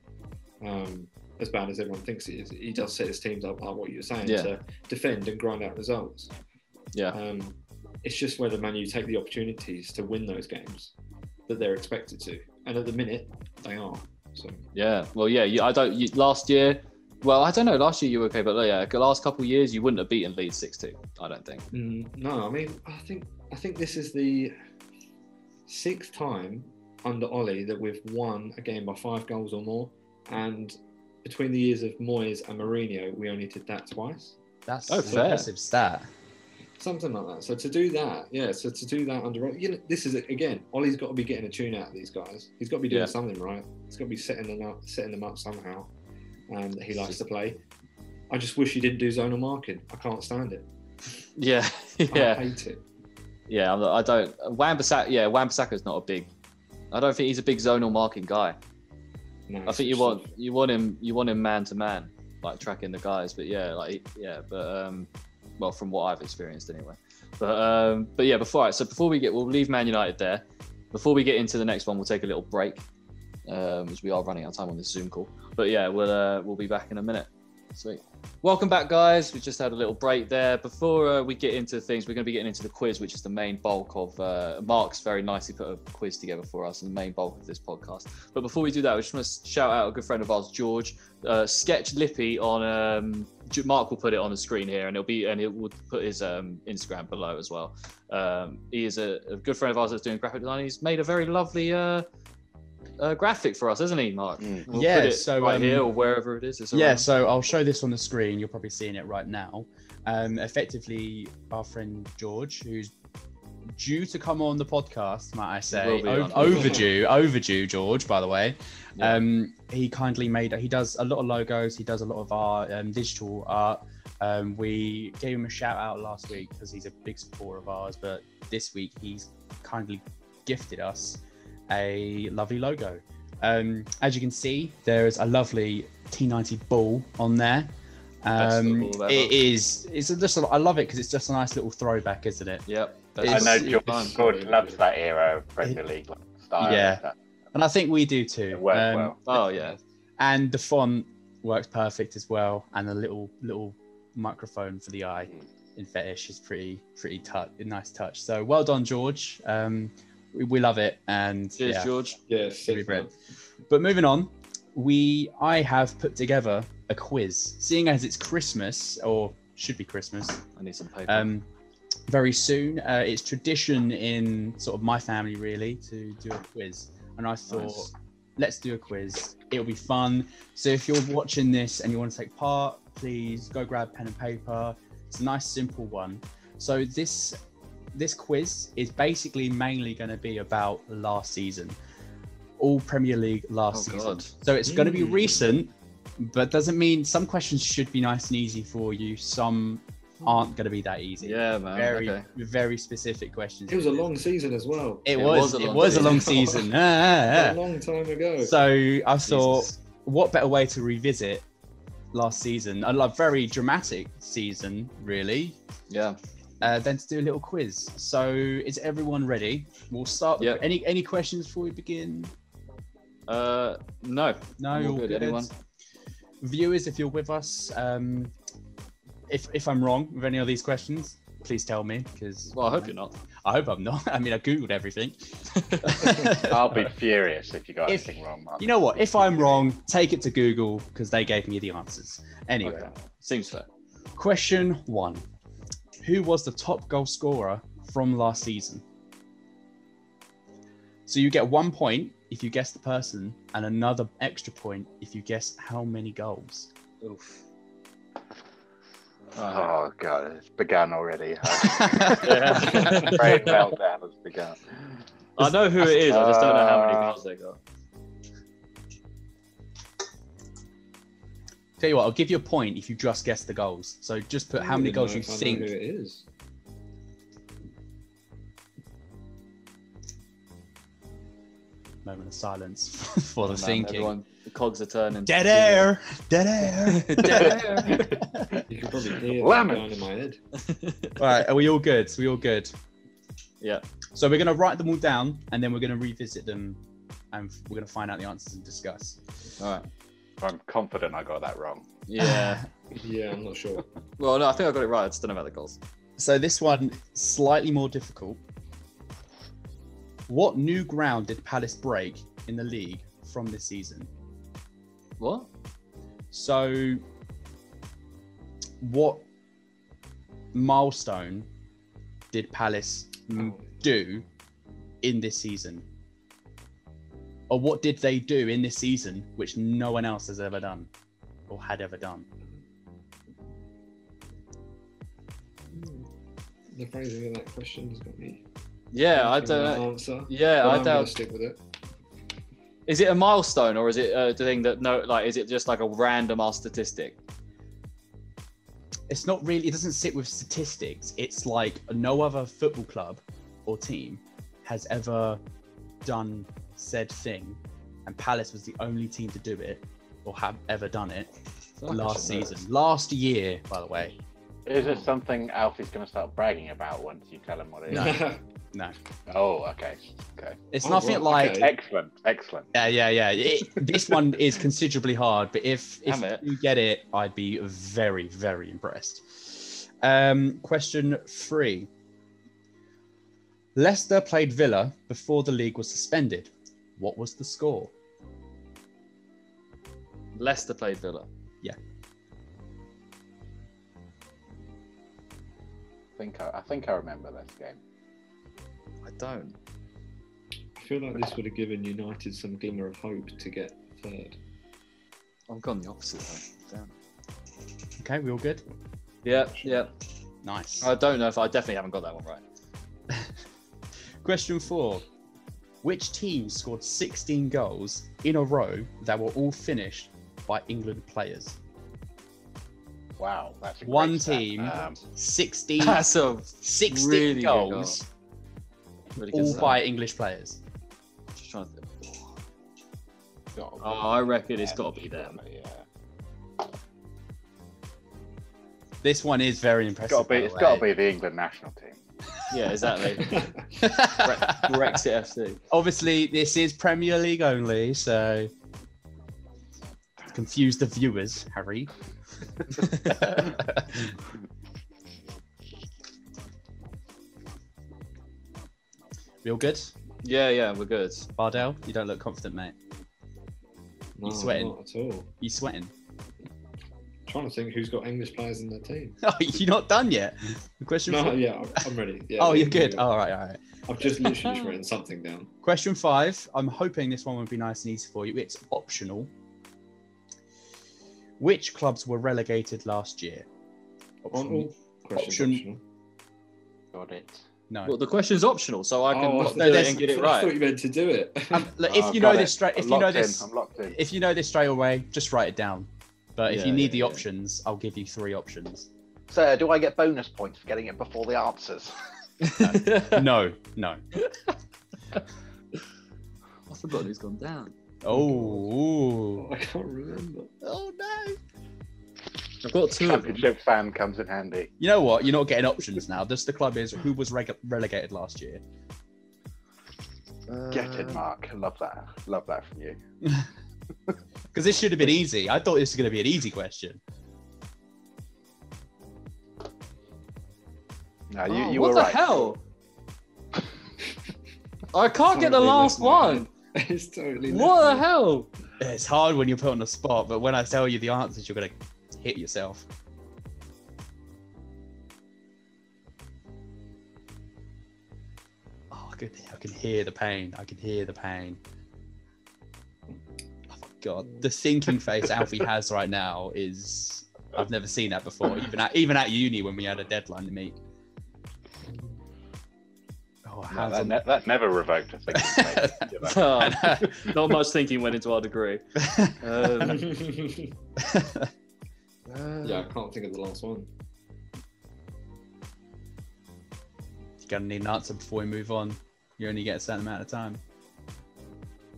S4: um, as bad as everyone thinks he is. He does set his teams up like what you were saying
S1: Yeah.
S4: to defend and grind out results.
S1: yeah,
S4: Um, it's just whether Man U take the opportunities to win those games that they're expected to, and at the minute they are. So
S1: yeah. Well, yeah. You, I don't. You, last year, well, I don't know. Last year you were okay, but yeah, the last couple of years you wouldn't have beaten Leeds six two. I don't think.
S4: mm, no, I mean I think I think this is the sixth time under Ollie that we've won a game by five goals or more, and between the years of Moyes and Mourinho, we only did that twice.
S2: That's
S1: Oh,
S2: an
S1: fair.
S2: impressive stat.
S4: Something like that. So to do that, yeah. So to do that under, you know, this is again, Ollie's got to be getting a tune out of these guys. He's got to be doing
S1: Yeah.
S4: something right. He's got to be setting them up, setting them up somehow. Um, that he likes to play. I just wish he didn't do zonal marking. I can't stand it.
S1: Yeah,
S4: I
S1: yeah.
S4: hate it.
S1: Yeah, I'm, I don't. Wan-Bissaka, yeah, Wan-Bissaka's not a big. I don't think he's a big zonal marking guy.
S4: No,
S1: I think you
S4: it's
S1: want you want him you want him man to man, like tracking the guys. But yeah, like yeah, but um, well, from what I've experienced anyway. But um, but yeah, before right, so before we get, we'll leave Man United there. Before we get into the next one, we'll take a little break, um, as we are running out of time on this Zoom call. But yeah, we'll uh, we'll be back in a minute. Sweet. Welcome back, guys. We just had a little break there. Before uh, we get into things, we're going to be getting into the quiz, which is the main bulk of uh, Mark's very nicely put a quiz together for us, and the main bulk of this podcast. But before we do that, we just want to shout out a good friend of ours, George. Uh, Sketch Lippy on um, J- Mark will put it on the screen here, and it'll be and it will put his um, Instagram below as well. Um, he is a, a good friend of ours that's doing graphic design. He's made a very lovely uh, uh, graphic for us, hasn't he, Mark?
S3: Mm.
S1: We'll
S2: Yeah,
S1: put it
S2: so,
S1: right
S2: um,
S1: here or wherever it is. It's
S2: yeah,
S1: around.
S2: so I'll show this on the screen. You're probably seeing it right now. Um, effectively, our friend George, who's due to come on the podcast, might I say,
S1: will be
S2: O-
S1: on.
S2: overdue, overdue, George. By the way,
S1: Yeah.
S2: um, he kindly made. He does a lot of logos. He does a lot of art, um, digital art. Um, we gave him a shout out last week because he's a big supporter of ours. But this week, he's kindly gifted us a lovely logo. Um, as you can see, there is a lovely T90 ball on there.
S1: Best
S2: Um,
S1: football ever.
S2: it is. It's just. A, I love it because it's just a nice little throwback, isn't it?
S1: Yep.
S3: I
S2: It's-
S3: know
S1: it's-
S3: George, George loves that era of Premier League like, style.
S2: Yeah.
S3: That-
S2: And I think we do too.
S3: It worked
S2: Um,
S3: well.
S1: Oh yeah.
S2: And the font works perfect as well, and the little little microphone for the eye
S1: Mm.
S2: in fetish is pretty pretty touch, nice touch. So well done, George. Um, we, we love it, and
S1: Cheers,
S2: yeah.
S1: George.
S4: Yeah,
S2: Should be
S4: sick,
S2: brilliant.
S4: man.
S2: But moving on, we I have put together a quiz. Seeing as it's Christmas, or should be Christmas,
S1: I need some paper.
S2: um, very soon. Uh, it's tradition in sort of my family really to do a quiz, and I thought
S1: Nice.
S2: let's do a quiz. It'll be fun. So if you're watching this and you want to take part, please go grab pen and paper. It's a nice simple one. So this this quiz is basically mainly going to be about last season, all Premier League
S1: oh
S2: last season.
S1: god. Hmm.
S2: So it's going to be
S4: Mm.
S2: recent, but doesn't mean some questions should be nice and easy for you. Some aren't going to be that easy.
S1: Yeah, man.
S2: Very,
S1: okay.
S2: very specific questions.
S4: It was a long season as well.
S2: It was. It was a long season. Ah,
S4: A
S2: ah,
S4: long time
S2: ah.
S4: ago.
S2: So I thought,
S1: Jesus.
S2: what better way to revisit last season? A lo- very dramatic season, really.
S1: Yeah.
S2: Uh, than to do a little quiz. So is everyone ready? We'll start. with-
S1: Yep.
S2: Any any questions before we begin?
S1: Uh, no.
S2: No,
S1: I'm all
S2: all
S1: good,
S2: good.
S1: anyone?
S2: Viewers, if you're with us, um, if if I'm wrong with any of these questions, please tell me because
S1: Well, I hope you're not.
S2: I hope I'm not. I mean, I googled everything.
S3: I'll be furious if you got
S2: If-
S3: anything wrong, Mark.
S2: You know what? If I'm wrong, take it to Google because they gave me the answers. Anyway,
S1: Okay. Seems fair.
S2: question one: Who was the top goal scorer from last season. So you get one point if you guess the person, and another extra point if you guess how many goals.
S1: Oof. Alright.
S3: Oh god, it's begun already.
S1: Yeah.
S3: Brain meltdown has begun. Oh.
S1: I know who it is. I just don't know how many
S3: Uh,
S1: goals they got.
S2: Tell you what, I'll give you a point if you just guess the goals. So just put
S4: I
S2: how
S4: don't
S2: many
S4: even
S2: goals
S4: know
S2: you
S4: if I know
S2: think.
S4: Who it is?
S2: Moment of silence for the
S1: Man,
S2: thinking.
S1: Everyone, the cogs are turning.
S2: Dead air. Dead air.
S1: Dead
S2: air.
S4: You can probably hear that
S3: Lemon.
S4: down in my head.
S2: all right, are we all good? we all good.
S1: Yeah.
S2: So we're gonna write them all down, and then we're gonna revisit them, and we're gonna find out the answers and discuss.
S1: All right.
S3: I'm confident I got that wrong.
S1: Yeah.
S4: Yeah, I'm not sure.
S1: Well, no, I think I got it right. I just don't know about the goals.
S2: So this one slightly more difficult. What new ground did Palace break in the league from this season?
S1: What?
S2: So, what milestone did Palace m- do in this season? Or what did they do in this season which no one else has ever done or had ever done?
S4: The phrasing of that question has got me.
S1: Yeah, I
S4: thinking
S1: don't
S4: about
S1: know.
S4: an Answer.
S1: Yeah, I
S4: But I'm gonna
S1: doubt.
S4: Stick with it.
S1: Is it a milestone or is it uh, the thing that no? Like, is it just like a random ass statistic?
S2: It's not really, it doesn't sit with statistics. It's like no other football club or team has ever done said thing, and Palace was the only team to do it or have ever done it. last season, last year, by the way.
S3: Is
S1: Oh.
S3: it something Alfie's going to start bragging about once you tell him what it is?
S2: No,
S3: Oh, okay. Okay.
S2: it's
S4: Oh,
S2: nothing
S4: right,
S2: like
S4: okay.
S3: Excellent. Excellent.
S2: yeah, yeah, yeah. It- this one is considerably hard, but if if
S1: Damn it.
S2: you get it, I'd be very very impressed. Um, question three. Leicester played Villa before the league was suspended. What was the score?
S1: Leicester played Villa.
S3: I think I, I think I remember this game.
S1: I don't.
S4: I feel like this would have given United some glimmer of hope to get third.
S1: I've gone the opposite way. Damn.
S2: Okay, we all good.
S1: Yeah, yeah.
S2: Nice.
S1: I don't know if I definitely haven't got that one right.
S2: Question four. Which team scored 16 goals in a row that were all finished by England players?
S3: Wow. That's a great
S2: One
S3: stat.
S2: team.
S3: Um,
S2: 16,
S1: That's a
S2: 16
S1: really good
S2: goals,
S1: really good
S2: all
S1: start.
S2: by English players.
S1: Just trying to think.
S3: gotta be-
S1: Oh, I reckon it's got to be them.
S3: Yeah.
S2: This one is very
S3: It's
S2: impressive.
S3: got to be. It's got to be the England national team.
S1: Yeah, exactly. Brexit FC.
S2: Obviously, this is Premier League only, so confuse the viewers, Harry. Real good,
S1: Yeah, yeah, we're good.
S2: Bardell. You don't look confident, mate.
S4: no,
S2: You sweating?
S4: Not at all.
S2: You sweating?
S4: trying to think who's got English players in their team.
S2: Oh, you're not done yet. Question.
S4: No,
S2: four-
S4: yeah, I'm- I'm ready. Yeah,
S2: oh,
S4: yeah,
S2: you're good.
S4: yeah.
S2: All right, all right.
S4: I've just literally just written something down.
S2: Question five. I'm hoping this one would be nice and easy for you. It's optional. Which clubs were relegated last year?
S4: On
S2: Optional.
S4: all questions
S2: Option-
S4: optional.
S3: Got it.
S2: No.
S1: Well, the question's optional, so I can
S4: Oh,
S1: not
S4: I
S1: do
S2: no,
S1: it
S2: that's-
S1: and get it
S4: I thought
S1: right.
S4: you meant to do it.
S2: Um, look,
S3: Oh,
S2: if you
S3: got
S2: know
S3: it.
S2: this straight, if
S3: I'm
S2: you know
S3: locked in,
S2: this,
S3: I'm locked in.
S2: if you know this straight away, just write it down. But if
S1: Yeah,
S2: you need
S1: yeah,
S2: the
S1: yeah.
S2: options, I'll give you three options.
S3: Sir, do I get bonus points for getting it before the answers?
S2: no, no.
S1: I forgot who's gone down.
S2: Oh.
S4: I can't remember.
S2: Oh no.
S1: I've got two of them.
S3: Championship fan comes in handy.
S2: You know what? You're not getting options now. Just the club is who was reg- relegated last year.
S3: Get it,
S1: Uh,
S3: Mark. Love that. Love that from you.
S2: Because this should have been easy. I thought this was going to be an easy question.
S3: No, you,
S1: Oh,
S3: you
S1: what
S3: were
S1: the
S3: right.
S1: hell? I can't get the
S4: Totally
S1: last
S4: listening.
S1: one.
S4: It's totally.
S1: What the
S4: listening.
S1: hell?
S2: It's hard when you're put on the spot, but when I tell you the answers, you're going to hit yourself. could, Oh, I can hear the pain. I can hear the pain. Oh my god, the sinking face Alfie has right now is I've never seen that before. Even at even at uni when we had a deadline to meet. Oh,
S3: No,
S2: hands
S3: that,
S2: on
S3: ne- that's never revoked. I think. You know?
S1: Oh, not much thinking went into our degree. Um,
S4: yeah, I can't think of the last one.
S2: You're gonna need an answer before we move on. You only get a certain amount of time.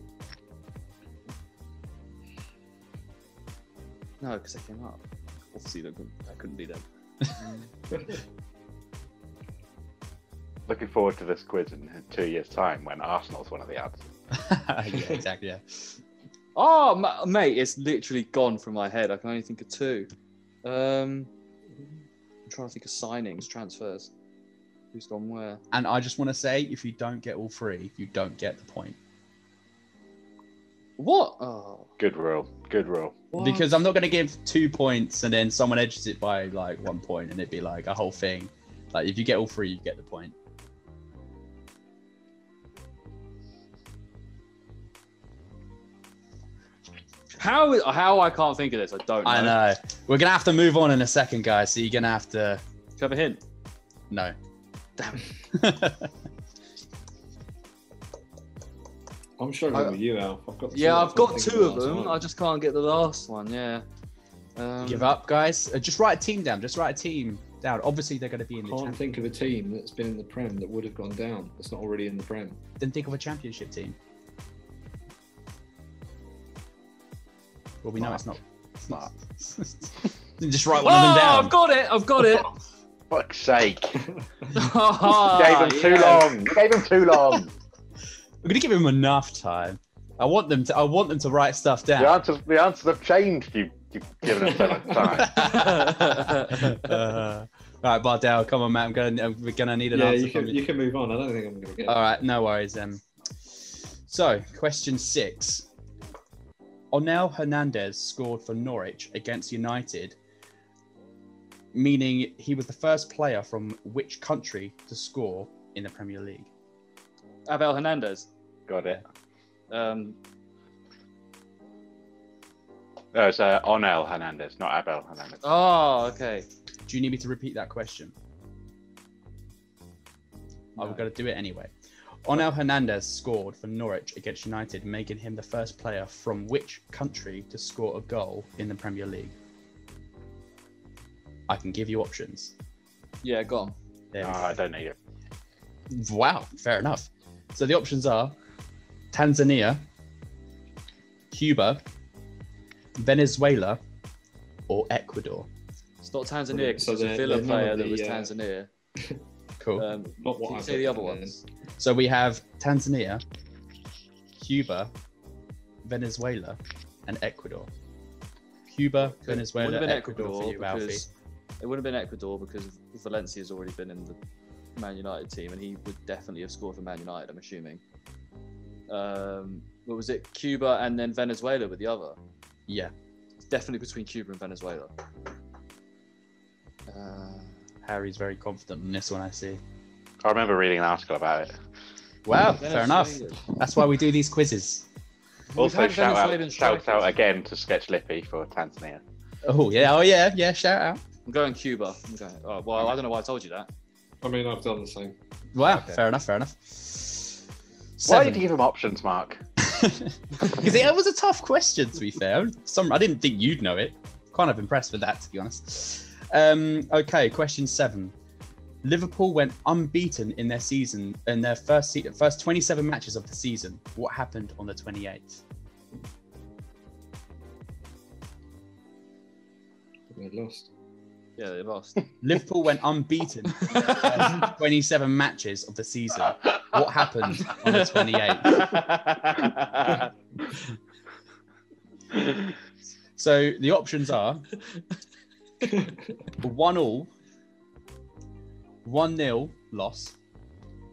S1: No, because I came up. Obviously, that couldn't, that couldn't be them.
S3: Looking forward to this quiz in two years' time when Arsenal's one of the answers.
S2: yeah, exactly. Yeah.
S1: Oh, ma- mate, it's literally gone from my head. I can only think of two. Um, I'm trying to think of signings, transfers. Who's gone where?
S2: And I just want to say, if you don't get all three, you don't get the point.
S1: What? Oh,
S3: Good rule. Good rule.
S2: Because I'm not going to give two points and then someone edges it by like one point and it'd be like a whole thing. Like if you get all three, you get the point.
S1: how? How I can't think of this? I don't. Know.
S2: I know. We're going to have to move on in a second, guys. So you're going to have to.
S1: Do you have a hint?
S2: No.
S1: Damn
S4: I'm struggling
S1: I-
S4: with you, Alf. I've got two.
S1: Yeah,
S4: I
S1: I've
S4: can't
S1: got
S4: think
S1: two
S4: the
S1: of
S4: last
S1: them.
S4: one.
S1: I just can't get the last one. Yeah. Um,
S2: Give up, guys. Uh, Just write a team down. Just write a team down. Obviously, they're going to be in the
S4: can't
S2: championship.
S4: think of a team that's been in the Prem that would have gone down. That's not already in the Prem.
S2: Then think of a championship team. Well, we know it's not. It's not. just write
S1: Oh,
S2: one of them down.
S1: I've got it. I've got it. Ah,
S3: Fuck's sake! Gave
S1: Gave
S3: them too long. Gave them too long.
S2: We're gonna give him enough time. I want them to. I want them to write stuff down.
S3: The answers. The answers have changed. You. You've given them so much time.
S2: uh, all right, Bardell, come on, man. I'm gonna. I'm, we're gonna need an
S4: yeah,
S2: answer
S4: you
S2: from
S4: can,
S2: you.
S4: you can move on. I don't think I'm going to get it.
S2: All right, no worries. Um. So, question six. Onel Hernandez scored for Norwich against United, meaning he was the first player from which country to score in the Premier League?
S1: Abel Hernandez.
S3: Got it.
S1: Um,
S3: Oh, it's uh, Onel Hernandez, not Abel Hernandez.
S1: oh, okay.
S2: Do you need me to repeat that question? i
S1: No.
S2: have got to do it anyway. Onel Hernandez scored for Norwich against United, making him the first player from which country to score a goal in the Premier League? I can give you options.
S1: Yeah, gone.
S2: There
S3: No,
S2: we go.
S3: I don't need it.
S2: Wow, fair enough. So the options are Tanzania, Cuba, Venezuela, or Ecuador.
S1: It's not Tanzania. 'cause
S4: So
S1: it's a
S4: they're-
S1: Villa
S4: they're none
S1: player
S4: of
S1: that
S4: the,
S1: was
S4: uh,
S1: Tanzania.
S2: Cool.
S1: Um,
S4: Not what
S1: can
S4: I
S1: you say the
S4: put
S1: other
S4: down
S1: ones?
S2: So we have Tanzania, Cuba, Venezuela, and Ecuador. Cuba,
S1: Could-
S2: Venezuela,
S1: wouldn't have been
S2: Ecuador, for you, Alfie.
S1: because it would have been Ecuador because Valencia's already been in the Man United team, and he would definitely have scored for Man United. I'm assuming. Um, what was it? Cuba and then Venezuela with the other.
S2: Yeah,
S1: It's definitely between Cuba and Venezuela. Uh,
S2: Harry's very confident in this one, I see.
S3: I remember reading an article about it.
S2: Wow, Oh, fair enough.
S1: Venezuela.
S2: That's why we do these quizzes.
S1: We've
S3: Also,
S1: had
S3: shout
S1: Venezuelan
S3: out, shout
S1: strikers.
S3: out again to Sketch Lippy for Tanzania.
S2: Oh, yeah, oh, yeah, yeah, shout out.
S1: I'm going Cuba. I'm going, oh, well, I don't know why I told you that.
S4: I mean, I've done the same.
S2: Wow,
S1: Okay.
S2: fair enough, fair enough.
S3: Why
S2: Seven.
S3: did you give him options, Mark?
S2: Because it was a tough question, to be fair. Some I didn't think you'd know it. Kind of impressed with that, to be honest. Um, okay, question seven. Liverpool went unbeaten in their season in their first se- first 27 matches of the season. What happened on the 28th?
S4: They're lost.
S1: Yeah, they lost.
S2: Liverpool went unbeaten in their first 27 matches of the season. What happened on the 28th? So the options are one all, one nil loss,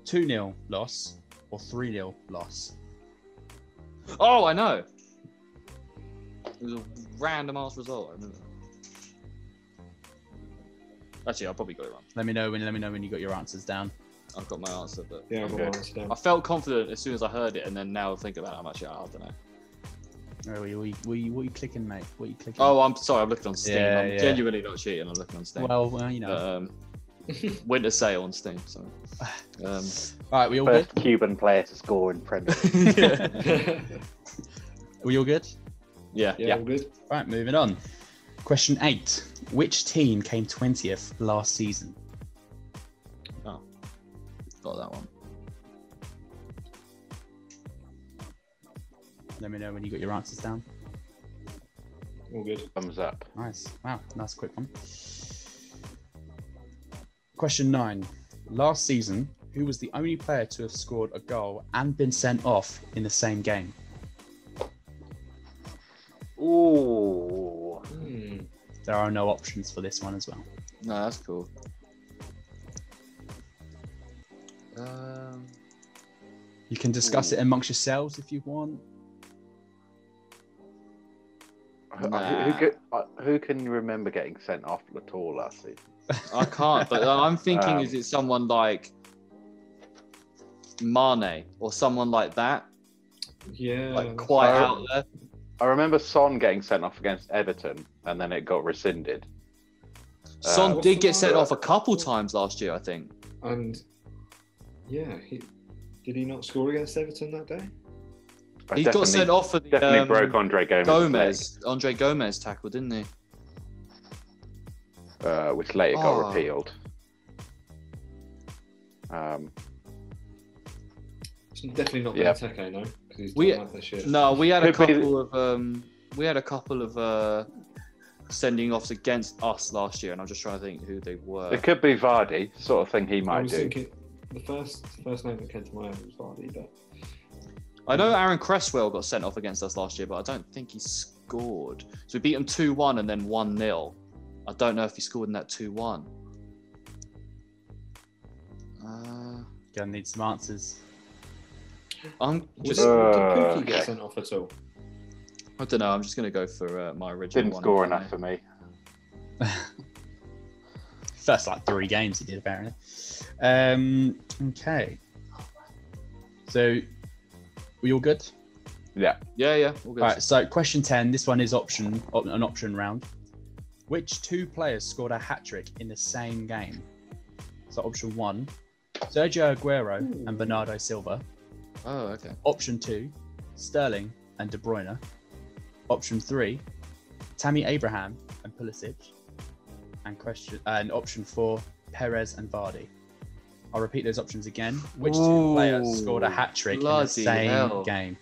S2: two nil loss, or three nil loss.
S1: Oh, I know. It was a random ass result. I remember. Actually, I probably got it wrong.
S2: Let me know when. Let me know when you got your answers down.
S1: I've got my answer, but
S4: Yeah, I've got
S3: Okay.
S4: my answer down.
S1: I felt confident as soon as I heard it, and then now think about it, I'm actually, I don't know.
S2: Oh, we, we, we, what are you clicking, mate? What are you clicking?
S1: Oh, I'm sorry, I'm looking on Steam.
S2: Yeah,
S1: I'm
S2: yeah.
S1: genuinely not cheating. I'm looking on Steam.
S2: well, uh, you know.
S1: But, um, winter sale on Steam. Sorry. Um,
S2: All right, we all good?
S3: First Cuban player to score in Premier. League.
S1: yeah,
S2: We all good?
S1: yeah,
S4: yeah, all good.
S2: All right, moving on. Question eight. Which team came 20th last season?
S1: Oh, got that one.
S2: Let me know when you got your answers down.
S4: All good.
S3: Thumbs up.
S2: Nice. Wow, that's a quick one. Question nine. Last season, who was the only player to have scored a goal and been sent off in the same game?
S3: Ooh.
S4: Hmm.
S2: There are no options for this one as well.
S1: No, that's cool. Um,
S2: You can discuss
S1: Ooh.
S2: it amongst yourselves if you want.
S3: Who-
S1: Nah.
S3: Who, can, who can remember getting sent off at all last season?
S1: I can't. But I'm thinking,
S3: Um,
S1: is it someone like Mane or someone like that,
S4: Yeah.
S1: like quite
S3: Um,
S1: out there?
S3: I remember Son getting sent off against Everton, and then it got rescinded.
S1: Son
S4: what's
S1: did
S4: the
S1: get sent
S4: one?
S1: off a couple times last year, I think.
S4: and yeah, he, did he not score against Everton that day?
S3: I
S1: He got
S3: definitely-
S1: sent off for the
S3: Definitely
S1: um,
S3: broke Andre Gomez,
S1: Gomez, Andre Gomez tackle, didn't he?
S3: leg, uh, which later
S1: Oh.
S3: got repealed. Um,
S4: It's definitely not
S3: Yeah.
S4: Benteke, no, because he's
S1: We-
S4: done like that shit.
S1: No, we had a
S3: Could be-
S1: couple of um, we had a couple of uh, sending offs against us last year, and I'm just trying to think who they were.
S3: it could be Vardy, sort of thing he
S4: I
S3: might
S4: was
S3: do.
S4: thinking the first first name that came to mind was Vardy, but
S1: I know Aaron Cresswell got sent off against us last year, but I don't think he scored. So we beat him two one and then one 0 I don't know if he scored in that two one. Uh,
S2: Gonna need some answers.
S1: I'm
S4: was
S1: just
S4: it,
S3: Uh,
S4: did Pookie get
S3: okay.
S4: sent off at all?
S1: I don't know. I'm just gonna go for uh, my original.
S3: Didn't
S1: one,
S3: score
S1: if I
S3: enough for me.
S2: First, like three games he did apparently. Um, okay. So, we all good?
S1: may. Yeah, yeah. All good.
S2: All right. So, question ten. This one is option, op- an option round. Which two players scored a hat trick in the same game? So, option one, Sergio Aguero and Bernardo Silva.
S1: Oh, okay.
S2: Option two, Sterling and De Bruyne. Option three, Tammy Abraham and Pulisic. And question uh, and option four, Perez and Vardy. I'll repeat those options again. Which two
S1: Ooh,
S2: players scored a hat trick in the
S1: bloody
S2: same
S1: hell.
S2: game?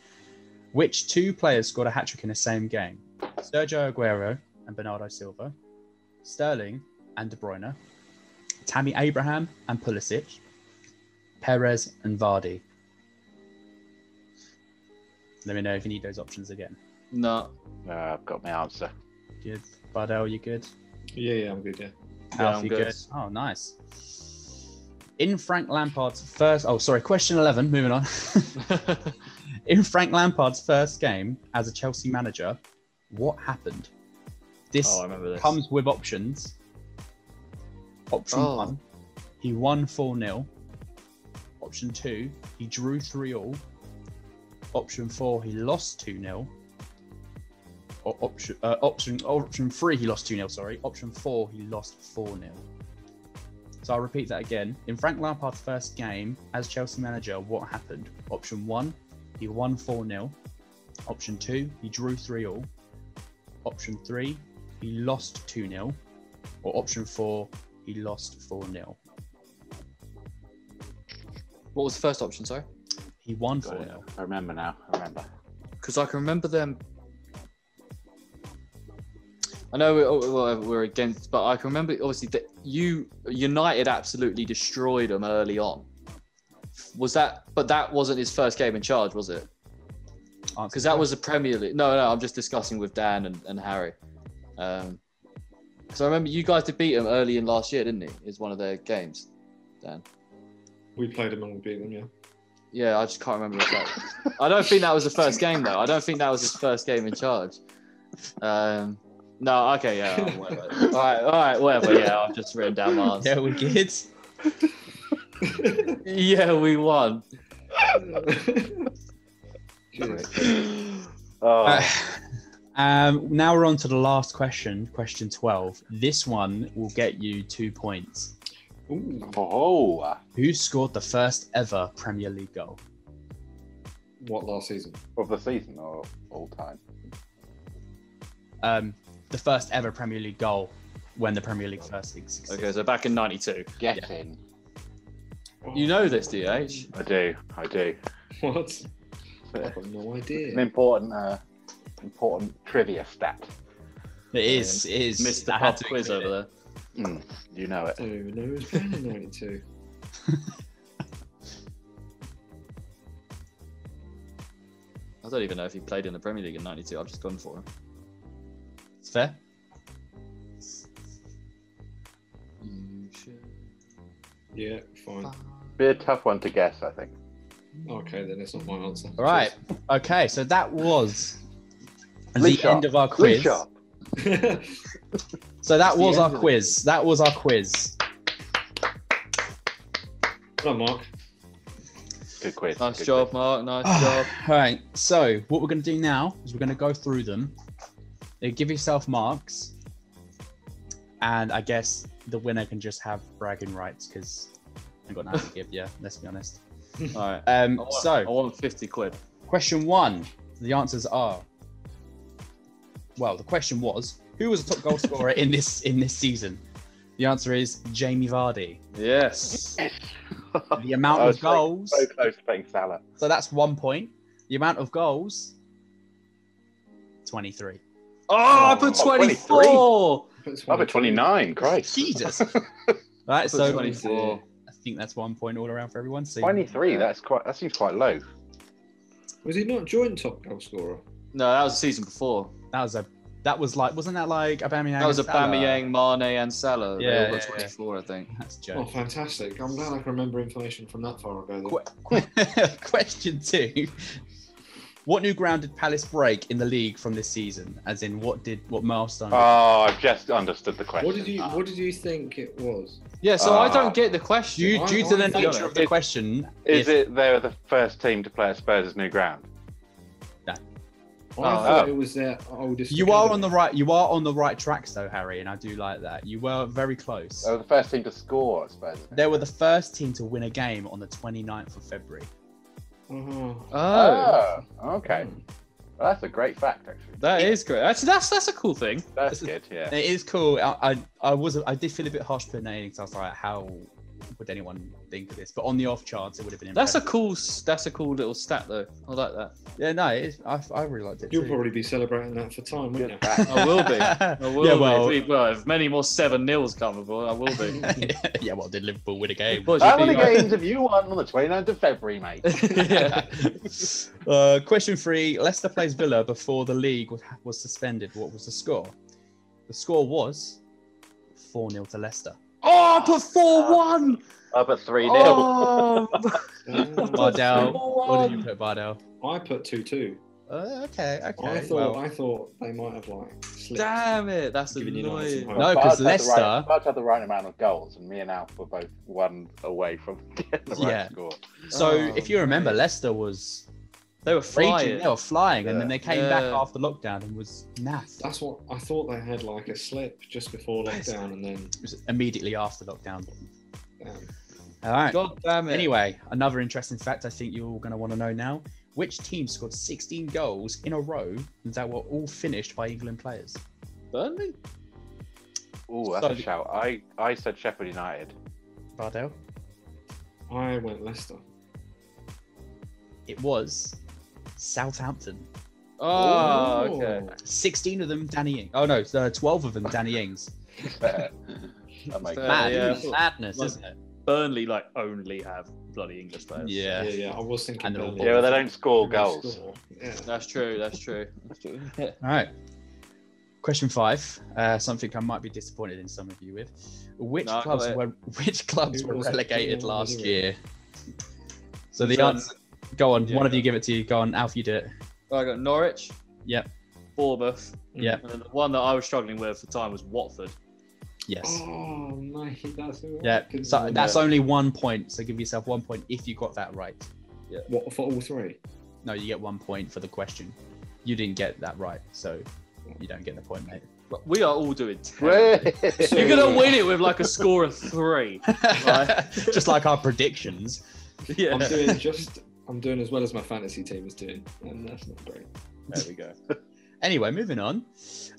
S2: Which two players scored a hat trick in the same game? Sergio Aguero and Bernardo Silva, Sterling and De Bruyne, Tammy Abraham and Pulisic, Perez and Vardy. Let me know if you need those options again.
S1: No,
S3: Uh, I've got my answer.
S2: Good. Bardell, you good?
S4: Yeah, yeah, I'm good. Yeah,
S1: Yeah,
S2: Alfie,
S1: I'm good.
S2: Oh, nice. In Frank Lampard's first, oh, sorry, question 11, moving on. In Frank Lampard's first game as a Chelsea manager, what happened? This
S1: oh, I remember this.
S2: comes with options. Option
S1: Oh.
S2: one, he won 4 0. Option two, he drew 3 all. Option four, he lost 2 0. Or option, uh, option, option three, he lost 2 0, sorry. Option four, he lost 4 0. So I'll repeat that again. In Frank Lampard's first game as Chelsea manager, what happened? Option one, he won 4 0. Option two, he drew 3 all. Option three, he lost 2 0. Or option four, he lost 4 0.
S1: What was the first option? Sorry.
S2: He won
S3: Got
S2: 4
S3: it.
S2: 0.
S3: I remember now. I remember.
S1: because I can remember them. I know we- oh, well, we're against, but I can remember obviously that you United absolutely destroyed them early on. Was that? But that wasn't his first game in charge, was it? Because that was a Premier League. No, no, I'm just discussing with Dan and, and Harry. Because I remember you guys did beat him early in last year, didn't he? Is one of their games.
S4: we played them and we beat them. Yeah,
S1: Yeah, I just can't remember. If that... I don't think that was the first game though. I don't think that was his first game in charge. Um, no, okay, yeah, oh, whatever. all right, all right, whatever. Yeah, I've just written down my answer.
S2: Yeah, we did.
S1: yeah, we won.
S3: Oh,
S2: um, now we're on to the last question, question 12. This one will get you two points.
S4: Ooh,
S3: oh.
S2: Who scored the first ever Premier League goal?
S4: what last season?
S3: of the season or all time.
S2: Um, the first ever Premier League goal when the Premier League first existed.
S1: Okay, so back in '92.
S3: Get in.
S1: You know this, DH.
S3: I do. I do.
S4: What? I've got no idea.
S3: An important, uh, important trivia stat.
S2: It is. It is.
S1: Missed the
S2: I had
S1: pub
S2: to
S1: quiz
S2: include
S1: over
S2: it.
S1: there.
S3: Mm, you know it.
S4: So, Oh, no, it was playing in 92.
S1: I don't even know if he played in the Premier League in '92. I've just gone for him.
S2: It's fair.
S1: You should
S4: Yeah, fine.
S3: Be a tough one to guess, I think.
S4: Okay, then that's not my answer.
S2: All right. Okay, so that was
S3: Lee
S2: the
S3: Sharp.
S2: end of our quiz.
S3: Sharp.
S4: Cheers.
S2: So that
S1: That's the
S2: was
S1: end
S2: our
S1: of it.
S2: quiz. That was our quiz.
S4: Well done, Mark.
S3: Good quiz.
S1: Nice
S3: good
S1: job,
S3: quiz.
S1: Mark. Nice
S2: All
S1: job.
S2: right. So what we're going to do now is we're going to go through them. They give yourself marks, and I guess the winner can just have bragging rights because I got nothing to give. Yeah, let's be honest.
S1: All right. I
S2: Um,
S1: want, I
S2: so
S1: want 50 quid.
S2: question one. The answers are. Well, the question was who was the top goal scorer in this in this season. The answer is Jamie Vardy.
S1: Yes.
S2: The amount
S3: I
S2: of
S3: was like,
S2: goals.
S3: So close to being Salah.
S2: So that's one point. The amount of goals, 23.
S1: Oh, I put
S3: Oh,
S1: 24.
S4: 23.
S3: Number 29, Oh, Christ.
S2: Jesus. All right,
S1: Put
S2: so
S1: 20. 24.
S2: I think that's one point all around for everyone. So
S3: 23, that's quite, that seems quite low.
S4: Was he not joint top goal scorer?
S1: No, that was the season before.
S2: that was a that was like wasn't that like Aubameyang?
S1: That was
S2: and Salah?
S1: Aubameyang, Mane, and Salah.
S2: Yeah,
S1: they all got
S2: yeah, yeah.
S1: 24, I think.
S2: That's a
S4: Oh,
S2: joke.
S4: fantastic. I'm glad I can remember information from that far ago.
S3: Oh,
S4: Then.
S2: Question two. What new ground did Palace break in the league from this season? As in, what did what milestone?
S3: Oh, I've just understood the question.
S4: What did you What did you think it was?
S1: Yeah, so I
S3: Ah.
S1: don't get the question.
S2: due due to the
S4: I- I-
S2: nature of the
S3: Is-
S2: question, if-
S3: Is it they were the first team to play at Spurs' new ground?
S4: I thought
S3: oh.
S4: it was their oldest.
S2: You are on the
S4: academy.
S2: right. You are on the right tracks, though, Harry, and I do like that. You were very close.
S3: They were the first team to score at Spurs.
S2: They were the first team to win a game on the 29th of February.
S4: Oh.
S1: Oh,
S2: Ah.
S3: Oh, okay.
S4: Hmm.
S3: Well, that's a great fact, actually.
S1: that is great. That's, that's, that's a cool thing.
S3: That's
S2: This is-
S3: good, yeah.
S2: It is cool. I, I, I was I did feel a bit harsh putting because I was like, how would anyone think of this? But on the off chance, it would have been.
S1: That's a
S2: impressive.
S1: cool s- That's a cool little stat, though. I like that.
S2: yeah. No, it is, I, I really liked it.
S4: You'll
S2: too.
S4: probably be celebrating that for time, won't you?
S3: Good fact.
S1: I will be. I will
S2: yeah,
S1: be. If
S2: well,
S1: we- well, if many more 7 nils come aboard, I will be.
S2: yeah, well, did Liverpool win a game?
S1: But
S3: How
S1: you'd be
S3: many
S1: right.
S3: games have you won on the 29th of February, mate?
S1: yeah.
S2: uh, question three: Leicester plays Villa before the league was, was suspended. What was the score? The score was four 0 to Leicester.
S1: Oh, I put 4 1.
S3: Up at 3 0.
S1: Oh,
S4: Ah,
S2: Bardell, what
S1: 4-1.
S2: did you put, Bardell?
S4: I put two two.
S2: Uh, okay,
S4: I
S2: okay.
S4: thought
S2: Well,
S4: I thought they might have like slipped.
S1: Damn it. That's
S4: Giving you nice
S1: annoying.
S4: and high.
S3: Oh,
S2: No, 'cause Leicester-
S3: Right, Bards had the right amount of goals, and me and Alf were both one away from getting the right
S2: Yeah.
S3: score.
S2: so
S1: Oh,
S2: if you remember,
S1: mate.
S2: Leicester was
S1: They were
S2: raging,
S1: flying.
S2: they were flying, and then
S3: Yeah.
S2: they came back
S1: Yeah.
S2: after lockdown and was naff. It
S4: That's what I thought they had like a slip just before lockdown, and then um,
S2: was immediately after lockdown.
S4: damn.
S2: All right.
S1: God damn it.
S2: Anyway, another interesting fact I think you're all going to want to know now. Which team scored 16 goals in a row that were all finished by England players?
S1: Burnley?
S3: Ooh, that's
S2: So-
S3: a shout. I, I said Sheffield United.
S2: Bardell?
S4: I went Leicester.
S2: It was Southampton. Ah,
S1: Oh,
S4: Ooh.
S1: okay.
S2: 16 of them, Danny Ings. Oh, no, uh, 12 of them, Danny Ings.
S3: that makes
S1: fair.
S3: sense.
S2: Mad.
S1: yeah, I thought-
S2: Madness,
S1: Must-
S2: isn't it?
S1: Burnley like only have bloody English players.
S4: Yeah,
S2: Yeah.
S4: yeah. I was thinking.
S2: And they're all
S4: Burnley.
S3: Yeah, well, they don't score
S4: They
S3: goals.
S4: score. Yeah.
S1: That's true. That's true.
S2: All right. Question five. Uh, something I might be disappointed in some of you with. Which
S1: No, I got
S2: clubs
S1: it.
S2: were which clubs
S4: Who
S2: were
S4: was it?
S2: relegated
S4: Who
S2: last
S4: was it?
S2: year? So the
S1: So-
S2: answer. Go on.
S1: Yeah,
S2: one of you
S1: yeah.
S2: give it to you. Go on. Alf, you do it.
S1: I got Norwich.
S2: Yep.
S1: Bournemouth.
S2: Yep.
S1: And then the one that I was struggling with for time was Watford.
S2: Yes.
S4: Oh, mate, that's all
S2: Yeah.
S4: right.
S2: So that's
S1: Yeah.
S2: only one point. So give yourself one point if you got that right.
S4: what for all three.
S2: No, you get one point for the question. You didn't get that right, so you don't get the point, mate.
S1: But we are all doing. terrible.
S3: Wait.
S1: You're gonna win it with like a score of three.
S2: Just like our predictions.
S1: Yeah.
S4: I'm doing just. I'm doing as well as my fantasy team is doing, and that's not great.
S2: There we go. Anyway, moving on.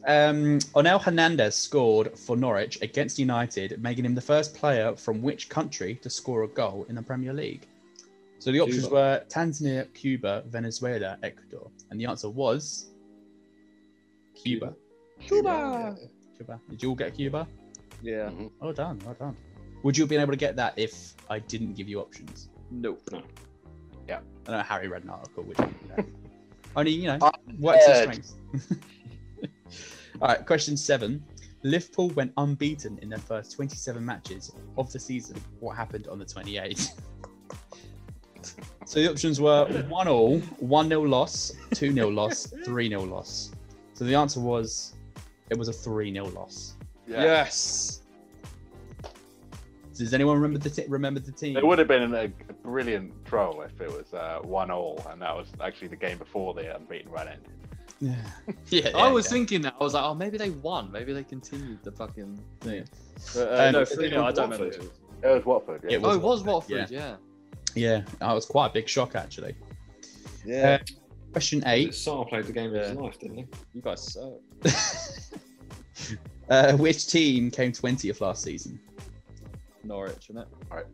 S2: Um, Onel Hernandez scored for Norwich against United, making him the first player from which country to score a goal in the Premier League. So the options
S4: Cuba.
S2: were Tanzania, Cuba, Venezuela, Ecuador, and the answer was Cuba.
S4: Cuba.
S2: Cuba. Did you all get Cuba?
S1: Yeah.
S2: Well done, well done. Would you have been able to get that if I didn't give you options?
S1: Nope.
S2: I know Harry read an article, which you know, only you know
S3: I'm
S2: works his
S3: dead.
S2: strengths. All right, question seven. Liverpool went unbeaten in their first 27 matches of the season. What happened on the 28th? so the options were 1 all, 1 0 loss, 2 0 loss, 3 0 loss. So the answer was it was a 3 0 loss.
S1: Yes.
S2: Does anyone remember the, t- remember the team?
S3: It would have been a a brilliant throw if it was uh, one all, and that was actually the game before the unbeaten run ended.
S2: Yeah. yeah,
S1: I was
S2: yeah.
S1: thinking that. I was like, oh, maybe they won. Maybe they continued the fucking thing. But, uh,
S2: Um,
S1: no, 3 I don't remember. who it was.
S3: It was Watford. Yeah.
S2: It
S1: Oh,
S2: was
S1: it was
S2: Watford,
S1: Watford, yeah.
S2: Yeah, that was quite a big shock actually.
S1: Yeah.
S2: Question
S4: Eight.
S2: eight.
S4: Saar played the game of his
S1: Yeah.
S4: life, didn't he?
S1: You guys suck.
S2: uh, which team came twentieth last season?
S1: Norwich, isn't it?
S3: Right.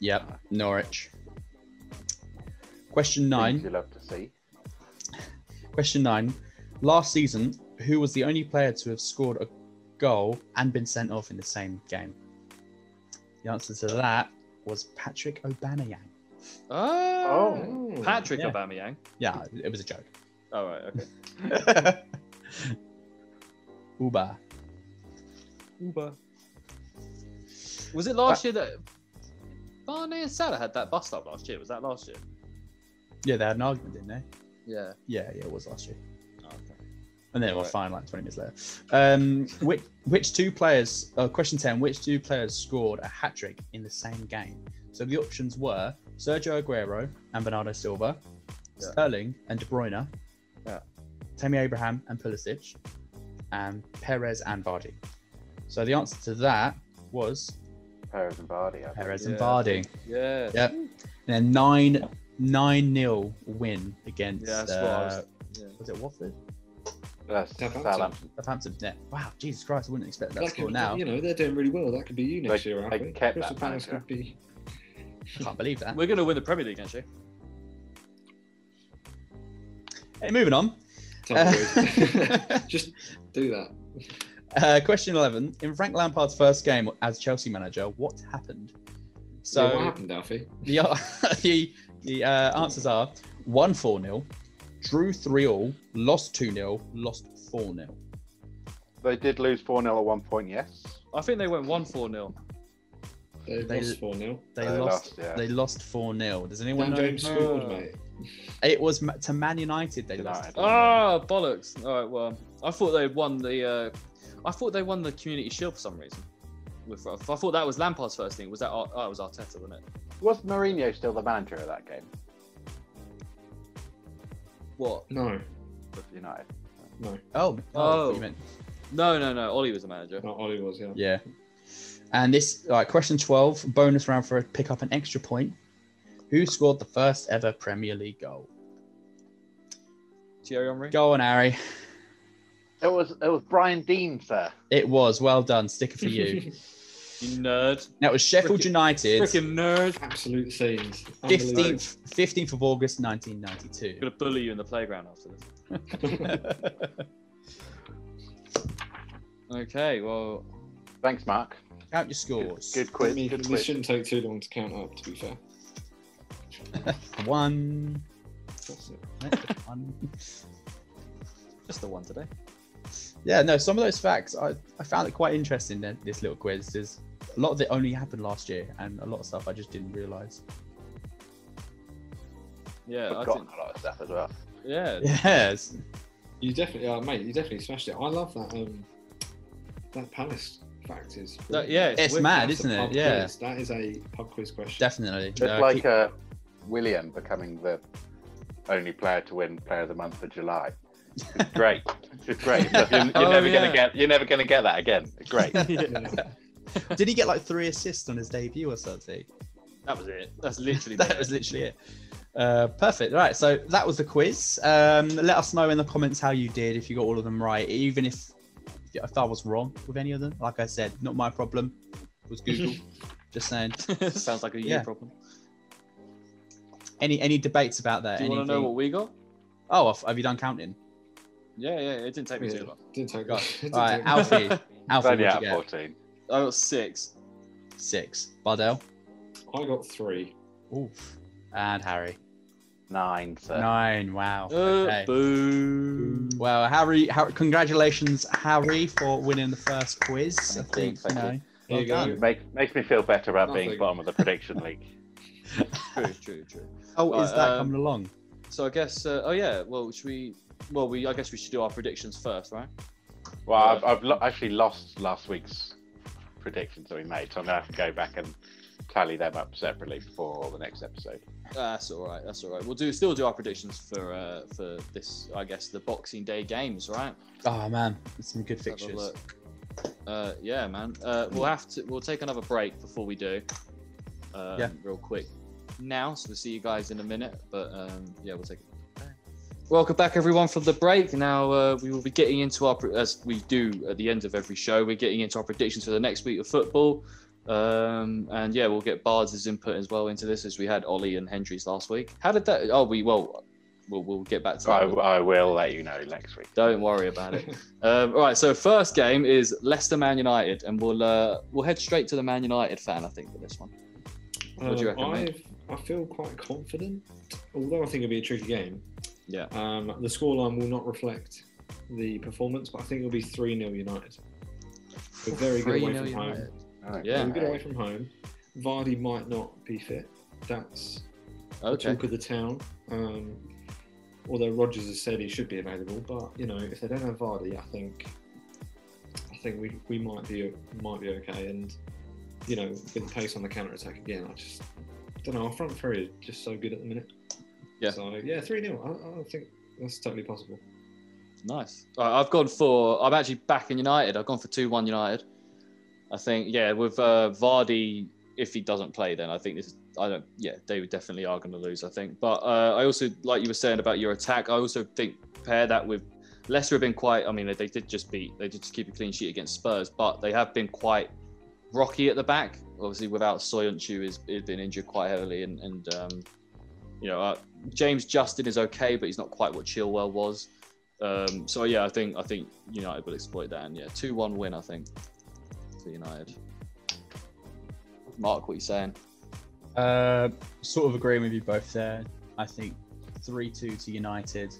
S2: Yep, Norwich. Question nine.
S3: Things You love to see.
S2: Question nine. Last season, who was the only player to have scored a goal and been sent off in the same game? The answer to that was Patrick Obanayang.
S1: Oh. Patrick
S2: Yeah.
S1: Aubameyang.
S2: Yeah, it was a joke.
S1: All Oh, right. Okay.
S2: Uba.
S1: Uber. Was it last year that Barney and Salah had that bust up last year? Was that last year?
S2: Yeah, they had an argument, didn't they?
S1: Yeah.
S2: Yeah, yeah, it was last year.
S1: Oh, okay.
S2: And then it was
S1: Right.
S2: fine like 20 minutes later. Um, which, which two players, uh, question 10, which two players scored a hat trick in the same game? So the options were Sergio Aguero and Bernardo Silva,
S1: Yeah.
S2: Sterling and De Bruyne,
S1: Yeah.
S2: Tammy Abraham and Pulisic, and Perez and Vardy. So the answer to that was
S3: Perez and Vardy. I think.
S2: Perez and
S1: Yeah.
S2: Vardy.
S1: Yeah.
S2: Yep. And a 9 9 0 win against,
S1: Yeah, that's what I was-
S2: uh,
S1: yeah.
S2: was it Watford?
S3: That's
S4: Southampton.
S3: Southampton.
S2: Southampton. Yeah. Wow, Jesus Christ, I wouldn't expect that,
S4: That
S2: score
S4: could,
S2: now.
S4: You know, they're doing really well. That could be you next
S3: They-
S4: year,
S3: they
S4: Alfie.
S3: kept
S4: Crystal
S3: that
S4: Palace
S3: manager.
S4: could be.
S2: I can't believe that.
S1: We're going to win the Premier League, actually.
S2: Hey, moving on.
S4: Tumbleweed. Just do that.
S2: Uh, question 11. In Frank Lampard's first game as Chelsea manager, what happened?
S4: So what
S2: So
S4: happened, Alfie?
S2: the, the, the uh, answers are 1 4 0, drew 3 all, lost 2 0, lost 4 0.
S3: They did lose four 0 at one point. Yes.
S1: I think they went 1 4 0.
S4: They,
S2: They-
S4: lost four 0
S2: They, lost.
S3: They lost, yeah.
S2: They lost 4 0. Does anyone
S4: Dan
S2: know?
S4: James scored,
S1: Uh,
S4: mate.
S2: It was ma- to Man United they lost.
S3: United.
S2: 4-0.
S1: Ah, bollocks. All right. Well, I thought they won the. Uh, I thought they won the Community Shield for some reason. With, uh, I thought that was Lampard's first thing. Was that? Ar- Oh, it was Arteta, wasn't it?
S3: Was Mourinho still the manager of that game
S1: What?
S4: No,
S3: with United?
S4: no,
S2: Oh, oh, I thought you meant-
S1: No, no, no. Ollie was the manager.
S4: not Ollie was. Yeah.
S2: Yeah. And this, all right, question 12, bonus round for a pick up an extra point. Who scored the first ever Premier League goal?
S1: Thierry Henry.
S2: Go on, Harry.
S3: It was. It was Brian Dean, sir.
S2: It was. Well done. Sticker for you.
S1: You nerd.
S2: now, it was Sheffield
S1: Frickin-
S2: United,
S1: Freaking nerd.
S4: Absolute scenes.
S2: 15th, 15th of August,
S1: I'm
S2: 1992.
S1: gonna bully you in the playground after this. Okay. Well,
S3: Thanks, Mark.
S2: Count your
S3: Good,
S2: scores.
S3: good
S4: Quick,
S3: quiz. Good
S4: this
S3: quiz.
S4: shouldn't take too long to count up. To be fair.
S2: One.
S4: That's it.
S2: one.
S1: just the one today.
S2: Yeah, no, some of those facts, I, I found it quite interesting, that this little quiz. Is a lot of it only happened last year, and a lot of stuff I just didn't realise.
S1: Yeah. I
S3: Forgotten
S1: didn't,
S3: a lot of stuff as well.
S1: yeah.
S2: Yes.
S4: You definitely, uh, mate. You definitely smashed it. I love that. Um, that Palace fact is.
S1: No, yeah, it's
S2: It's
S1: weird.
S2: mad,
S4: That's a
S2: isn't it?
S4: pub
S2: Yeah,
S4: quiz. That is a pub quiz question.
S2: definitely.
S3: Just
S2: No,
S3: like
S2: keep-
S3: uh, William becoming the only player to win Player of the Month for July. It's great. It's great. You're, you're
S1: Oh,
S3: never
S1: yeah.
S3: gonna get. You're never gonna get that again. It's great.
S4: Yeah.
S2: Did he get like three assists on his debut or something?
S1: That was it. That's literally
S2: that was literally it. Uh, perfect. Right. So that was the quiz. Um, let us know in the comments how you did, if you got all of them right, even if if I was wrong with any of them. Like I said, not my problem. It was Google. Just saying.
S1: it. Sounds like a you
S2: Yeah.
S1: problem.
S2: Any any debates about that?
S1: Do you want to know
S2: Anything?
S1: what we got?
S2: Oh, have- have you done counting?
S1: Yeah, yeah. It didn't take me
S4: Yeah.
S1: too long.
S4: Didn't take
S2: God.
S4: it. Didn't
S2: All right,
S4: take it.
S2: Alfie.
S3: It's
S2: Alfie,
S3: only
S2: what'd
S3: out
S2: you
S3: of
S2: get?
S3: fourteen.
S1: I got six.
S2: Six. Bardell.
S4: I got three.
S2: Oof. And Harry.
S3: Nine. So
S2: Nine. Wow.
S1: Uh,
S2: Okay.
S1: Boo.
S2: Well, Harry, Har congratulations, Harry, for winning the first quiz.
S3: Thank
S2: I think.
S3: you, thank
S2: no.
S3: you.
S2: Well
S4: There
S2: done.
S4: you
S3: Make, makes me feel better about
S4: Nothing.
S3: being bottom of the prediction league.
S1: True, true, true.
S2: How is
S1: Right,
S2: that
S1: um,
S2: coming along?
S1: So I guess. Uh, oh yeah. Well, should we? Well, we. I guess we should do our predictions first, right?
S3: Well,
S1: Yeah.
S3: I've, I've lo- actually lost last week's predictions that we made, so I'm gonna have to go back and tally them up separately for the next episode.
S1: Uh, that's all right. That's all right. We'll do still do our predictions for uh, for this. I guess the Boxing Day games, right?
S2: Oh man, some good
S1: Have a
S2: fixtures.
S1: look. Uh, yeah, man. Uh, we'll have to. We'll take another break before we do. Um,
S2: Yeah.
S1: Real quick. Now, so we'll see you guys in a minute. But um, yeah, we'll take. it. Welcome back, everyone, from the break. Now uh, we will be getting into our pre- as we do at the end of every show. We're getting into our predictions for the next week of football. Um, and yeah, we'll get Bard's input as well into this, as we had Ollie and Hendry's last week. How did that? Oh, we well, we'll, we'll get back to
S3: I,
S1: that.
S3: I will let you know next week.
S1: Don't worry about it. Um, all right, so first game is Leicester Man United, and we'll uh, we'll head straight to the Man United fan, I think, for this one. What do you
S4: Um,
S1: reckon, mate?
S4: I've- I feel quite confident, although I think it'll be a tricky game.
S1: Yeah.
S4: Um, the scoreline will not reflect the performance, but I think it'll be 3 0 United. We're very good away
S1: 3-0
S4: from home.
S1: United.
S4: Yeah.
S1: Yeah.
S4: We're good away from home. Vardy might not be fit. That's
S1: Okay.
S4: talk of the town. Um, although Rogers has said he should be available, but you know if they don't have Vardy, I think I think we, we might be might be okay. And you know with the pace on the counter attack again, I just don't know. Our front three is just so good at the minute.
S1: Yeah.
S4: So yeah, three 0 I, I don't think that's totally possible.
S1: Nice. All right, I've gone for. I'm actually back in United. I've gone for two-one United. I think yeah, with uh, Vardy, if he doesn't play, then I think this. Is, I don't. Yeah, they definitely are going to lose. I think. But uh, I also like you were saying about your attack. I also think pair that with Leicester have been quite. I mean, they, they did just beat. They did just keep a clean sheet against Spurs, but they have been quite rocky at the back. Obviously, without Soyuncu, has has been injured quite heavily, and and um, you know uh, James Justin is okay, but he's not quite what Chilwell was. Um, so yeah, I think I think United will exploit that, and yeah, two-one win. I think for United. Mark, what you saying?
S2: Uh, sort of agreeing with you both there. I think three-two to United.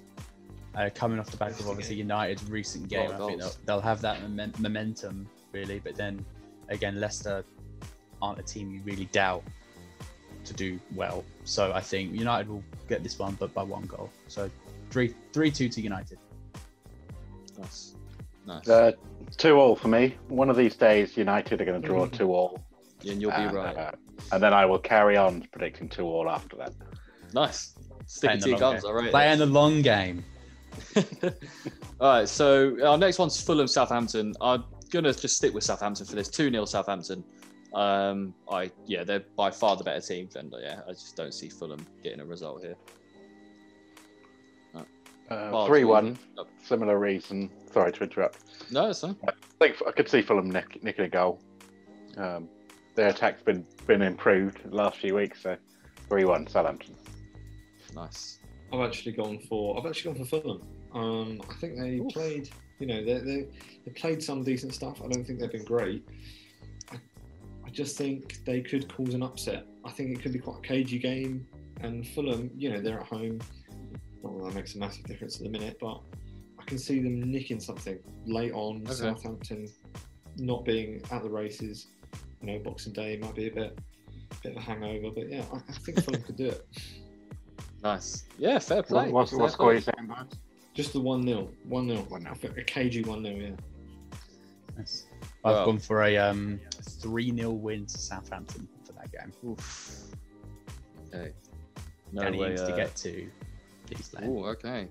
S2: Uh, coming off the back of obviously United's recent game, I think they'll,
S1: goals.
S2: they'll have that momen- momentum really. But then again, Leicester aren't a team you really doubt to do well. So I think United will get this one, but by one goal. So three three-two to United.
S1: Nice, nice.
S3: Uh, two all for me. One of these days, United are going to draw two all.
S1: and Mm. you'll be
S3: and,
S1: right. Uh,
S3: uh, and then I will carry on predicting two all after that.
S1: nice. Sticking
S2: Playing
S1: to your
S2: the long
S1: guns,
S2: game.
S1: all right.
S2: Playing the long game.
S1: all right. So our next one's Fulham Southampton. I'm gonna just stick with Southampton for this. Two 0 Southampton. Um, I yeah, they're by far the better team, and uh, yeah, I just don't see Fulham getting a result here. Oh,
S3: Three
S1: it's
S3: one.
S1: Nope.
S3: Similar reason. Sorry to interrupt.
S1: No, it's fine.
S3: I think I could see Fulham nick, nicking a goal. Um, their attack's been been improved the last few weeks, so three one Southampton.
S1: Nice.
S4: I've actually gone for I've actually gone for Fulham. Um, I think they played, you know, they, they they played some decent stuff. I don't think they've been great. I, I just think they could cause an upset. I think it could be quite a cagey game. And Fulham, you know, they're at home. Not that that makes a massive difference at the minute, but I can see them nicking something late on.
S1: Okay.
S4: Southampton not being at the races. You know, Boxing Day might be a bit, bit of a hangover, but yeah, I, I think Fulham could do it.
S1: Nice. Yeah, fair play.
S3: What, what's,
S1: Fair
S3: what
S1: play.
S3: score you saying, Barnes?
S4: Just the 1 0. 1 0.
S3: 1-0.
S4: A KG 1 0, yeah.
S2: Nice. I've
S1: Wow.
S2: gone for a um, 3 0 win to Southampton for that game.
S1: Oof. Okay. No
S2: Danny
S1: way.
S2: Ings to
S1: uh,
S2: get to Leeds Lane.
S1: Ooh, okay.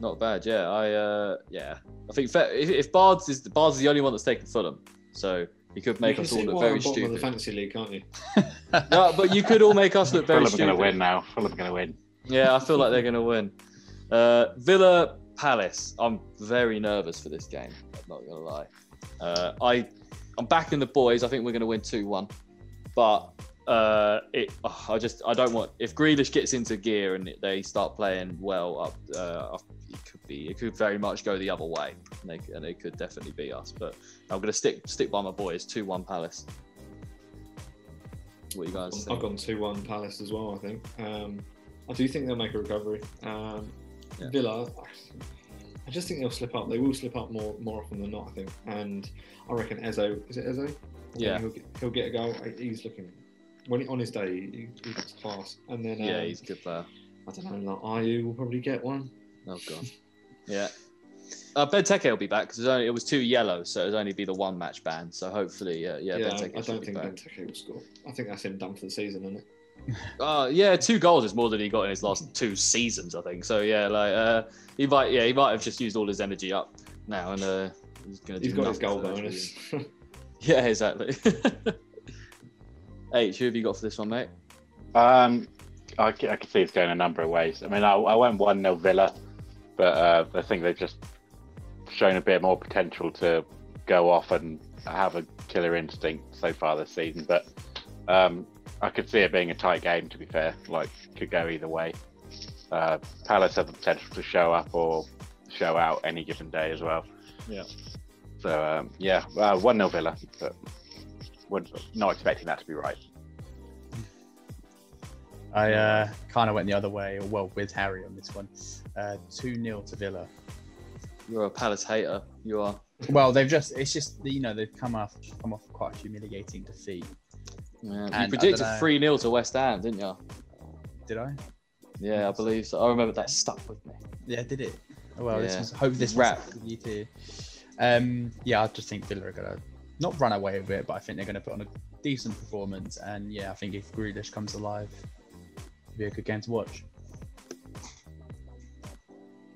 S1: Not bad, yeah. I uh, yeah. I think fa- if, if Bards is Bards is the only one that's taken Fulham, so he could make
S4: you
S1: us
S4: can
S1: all
S4: see
S1: look
S4: why I'm
S1: very
S4: bottom of the
S1: stupid.
S4: fantasy league, can't you?
S1: no, but you could all make us look very
S3: Fulham are going to
S1: stupid.
S3: win now. Fulham are going to win.
S1: Yeah, I feel like they're going to win. Uh, Villa Palace. I'm very nervous for this game. I'm not going to lie. Uh, I I'm backing the boys. I think we're going to win two one, but uh, it. oh, I just I don't want if Grealish gets into gear and they start playing well up. Uh, up- it could be it could very much go the other way, and they, and they could definitely beat us. But I'm going to stick stick by my boys. Two one Palace. What you guys?
S4: I've
S1: Think?
S4: gone 2 1 Palace as well, I think. Um, I do think they'll make a recovery. Um,
S1: Yeah.
S4: Villa, I just think they'll slip up. They will slip up more more often than not, I think. And I reckon Ezo, is it Ezo?
S1: Yeah.
S4: He'll get, he'll get a goal. He's looking, when he, on his day, he, he looks class. And then,
S1: Yeah,
S4: um,
S1: he's a good player.
S4: I don't know, like IU will probably get one.
S1: Oh god. Yeah. Uh, Benteke will be back because only it was two yellow, so it'll only be the one match ban. So hopefully, uh, yeah,
S4: I,
S1: Benteke
S4: I
S1: should
S4: don't
S1: be
S4: think
S1: back.
S4: Benteke will score. I think that's him done for the season, isn't it?
S1: Uh, yeah, two goals is more than he got in his last two seasons, I think. So yeah, like uh, he might, yeah, he might have just used all his energy up now, and uh, he's gonna.
S4: He's
S1: do
S4: got his
S1: nothing
S4: goal
S1: for the rest of the
S4: bonus.
S1: season. Yeah, exactly. H, who have you got for this one, mate?
S3: Um, I, c- I can see it's going a number of ways. I mean, I, I went 1 0 Villa, but uh, I think they've just shown a bit more potential to go off and have a killer instinct so far this season. But um, I could see it being a tight game, to be fair. Like, could go either way. Uh, Palace have the potential to show up or show out any given day as well.
S1: Yeah.
S3: So, um, yeah, 1 0 Villa, but would- not expecting that to be right.
S2: I uh, kind of went the other way, well, with Harry on this one. 2 0 to Villa.
S1: You're a Palace hater. You are.
S2: Well, they've just, it's just, you know, they've come off, come off quite a humiliating defeat.
S1: Yeah.
S2: I
S1: You predicted
S2: dunno.
S1: three 0 to West Ham, didn't you?
S2: Did I?
S1: Yeah, I believe so. I remember that stuck with me.
S2: Yeah, did it? Oh, Well, this
S1: Yeah.
S2: was, hope this
S1: Wrap.
S2: wrap you too. Um, yeah, I just think Villa are gonna not run away with it, but I think they're gonna put on a decent performance. And yeah, I think if Grealish comes alive, it'll be a good game to watch.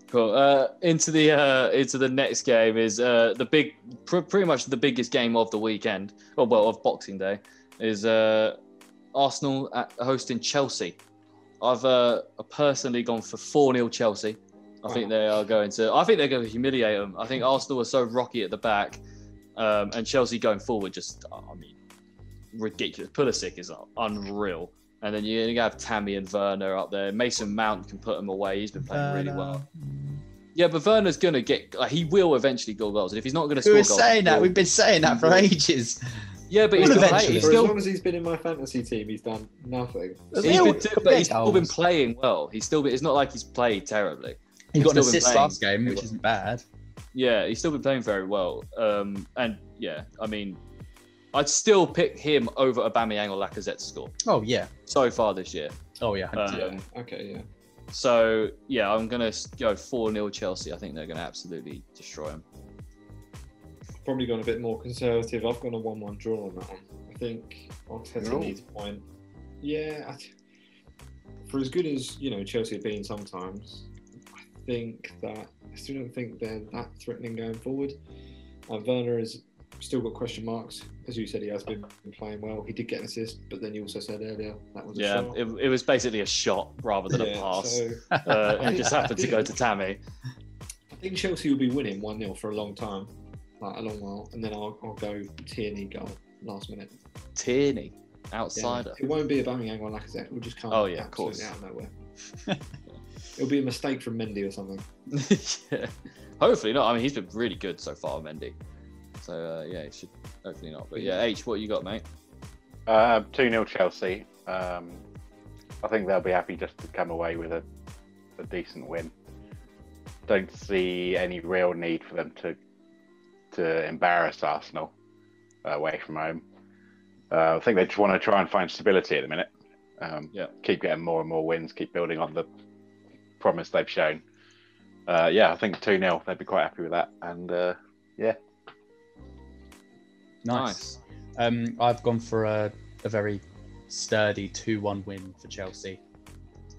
S1: Cool. Uh, into the uh, into the next game is uh, the big, pr- pretty much the biggest game of the weekend. Oh well, of Boxing Day is uh, Arsenal at, hosting Chelsea. I've uh, personally gone for four 0 Chelsea. I think
S4: Wow.
S1: they are going to. I think they're going to humiliate them. I think Arsenal are so rocky at the back, um, and Chelsea going forward just, I mean, ridiculous. Pulisic is unreal. And then you're going to have Tammy and Werner up there. Mason Mount can put them away. He's been playing really
S2: Uh,
S1: well. Yeah, but Werner's gonna get. Like, he will eventually score goals, and if he's not gonna
S2: We
S1: score
S2: were
S1: goals, Mm-hmm.
S2: saying that.
S1: he'll-
S2: We've been saying that for ages.
S1: yeah, but he's,
S2: Well,
S1: got-
S2: eventually.
S1: he's
S4: For as
S1: still.
S4: long as he's been in my fantasy team, he's done nothing.
S1: He's
S2: Yeah,
S1: been,
S2: we-
S1: doing- but he's still been
S2: goals.
S1: playing well. He's still. Been, it's not like he's played terribly.
S2: He got an
S1: still been
S2: assist
S1: playing
S2: last game,
S1: really
S2: which
S1: well.
S2: isn't bad.
S1: Yeah, he's still been playing very well. Um, and yeah, I mean, I'd still pick him over Aubameyang or Lacazette to score
S2: Oh yeah.
S1: so far this year.
S2: Oh yeah.
S1: Uh,
S4: yeah. Um, Okay. Yeah.
S1: So yeah, I'm gonna s- go four 0 Chelsea. I think they're gonna absolutely destroy him.
S4: probably gone a bit more conservative. I've gone a one-one draw on that one. I think Arteta
S3: Draw?
S4: needs a point. Yeah, I th- for as good as you know Chelsea have been sometimes, I think that I still don't think they're that threatening going forward. Uh, Werner has still got question marks, as you said. He has been playing well. He did get an assist, but then you also said earlier that was a
S1: Yeah,
S4: shot.
S1: it, it was basically a shot rather than a
S4: Yeah,
S1: pass.
S4: so-
S1: Uh, it just happened to go to Tammy.
S4: I think Chelsea will be winning 1 0 for a long time, like a long while, and then I'll, I'll go Tierney goal last minute.
S1: Tierney,
S4: Yeah.
S1: outsider.
S4: It won't be a Bamiyang or Lacazette. We'll just come
S1: Oh, yeah, of
S4: absolutely
S1: course.
S4: out of nowhere. It'll be a mistake from Mendy or something.
S1: yeah. Hopefully not. I mean, he's been really good so far, Mendy. So uh, yeah, it should hopefully not. But yeah, H, what you got, mate?
S3: Uh, 2 0 Chelsea. Um, I think they'll be happy just to come away with a, a decent win. Don't see any real need for them to to embarrass Arsenal uh, away from home. Uh, I think they just want to try and find stability at the minute. Um,
S1: Yeah.
S3: Keep getting more and more wins, keep building on the promise they've shown. Uh, yeah, I think 2 0, they'd be quite happy with that. And uh, yeah,
S2: Nice. Um, I've gone for a, a very sturdy two-one win for Chelsea.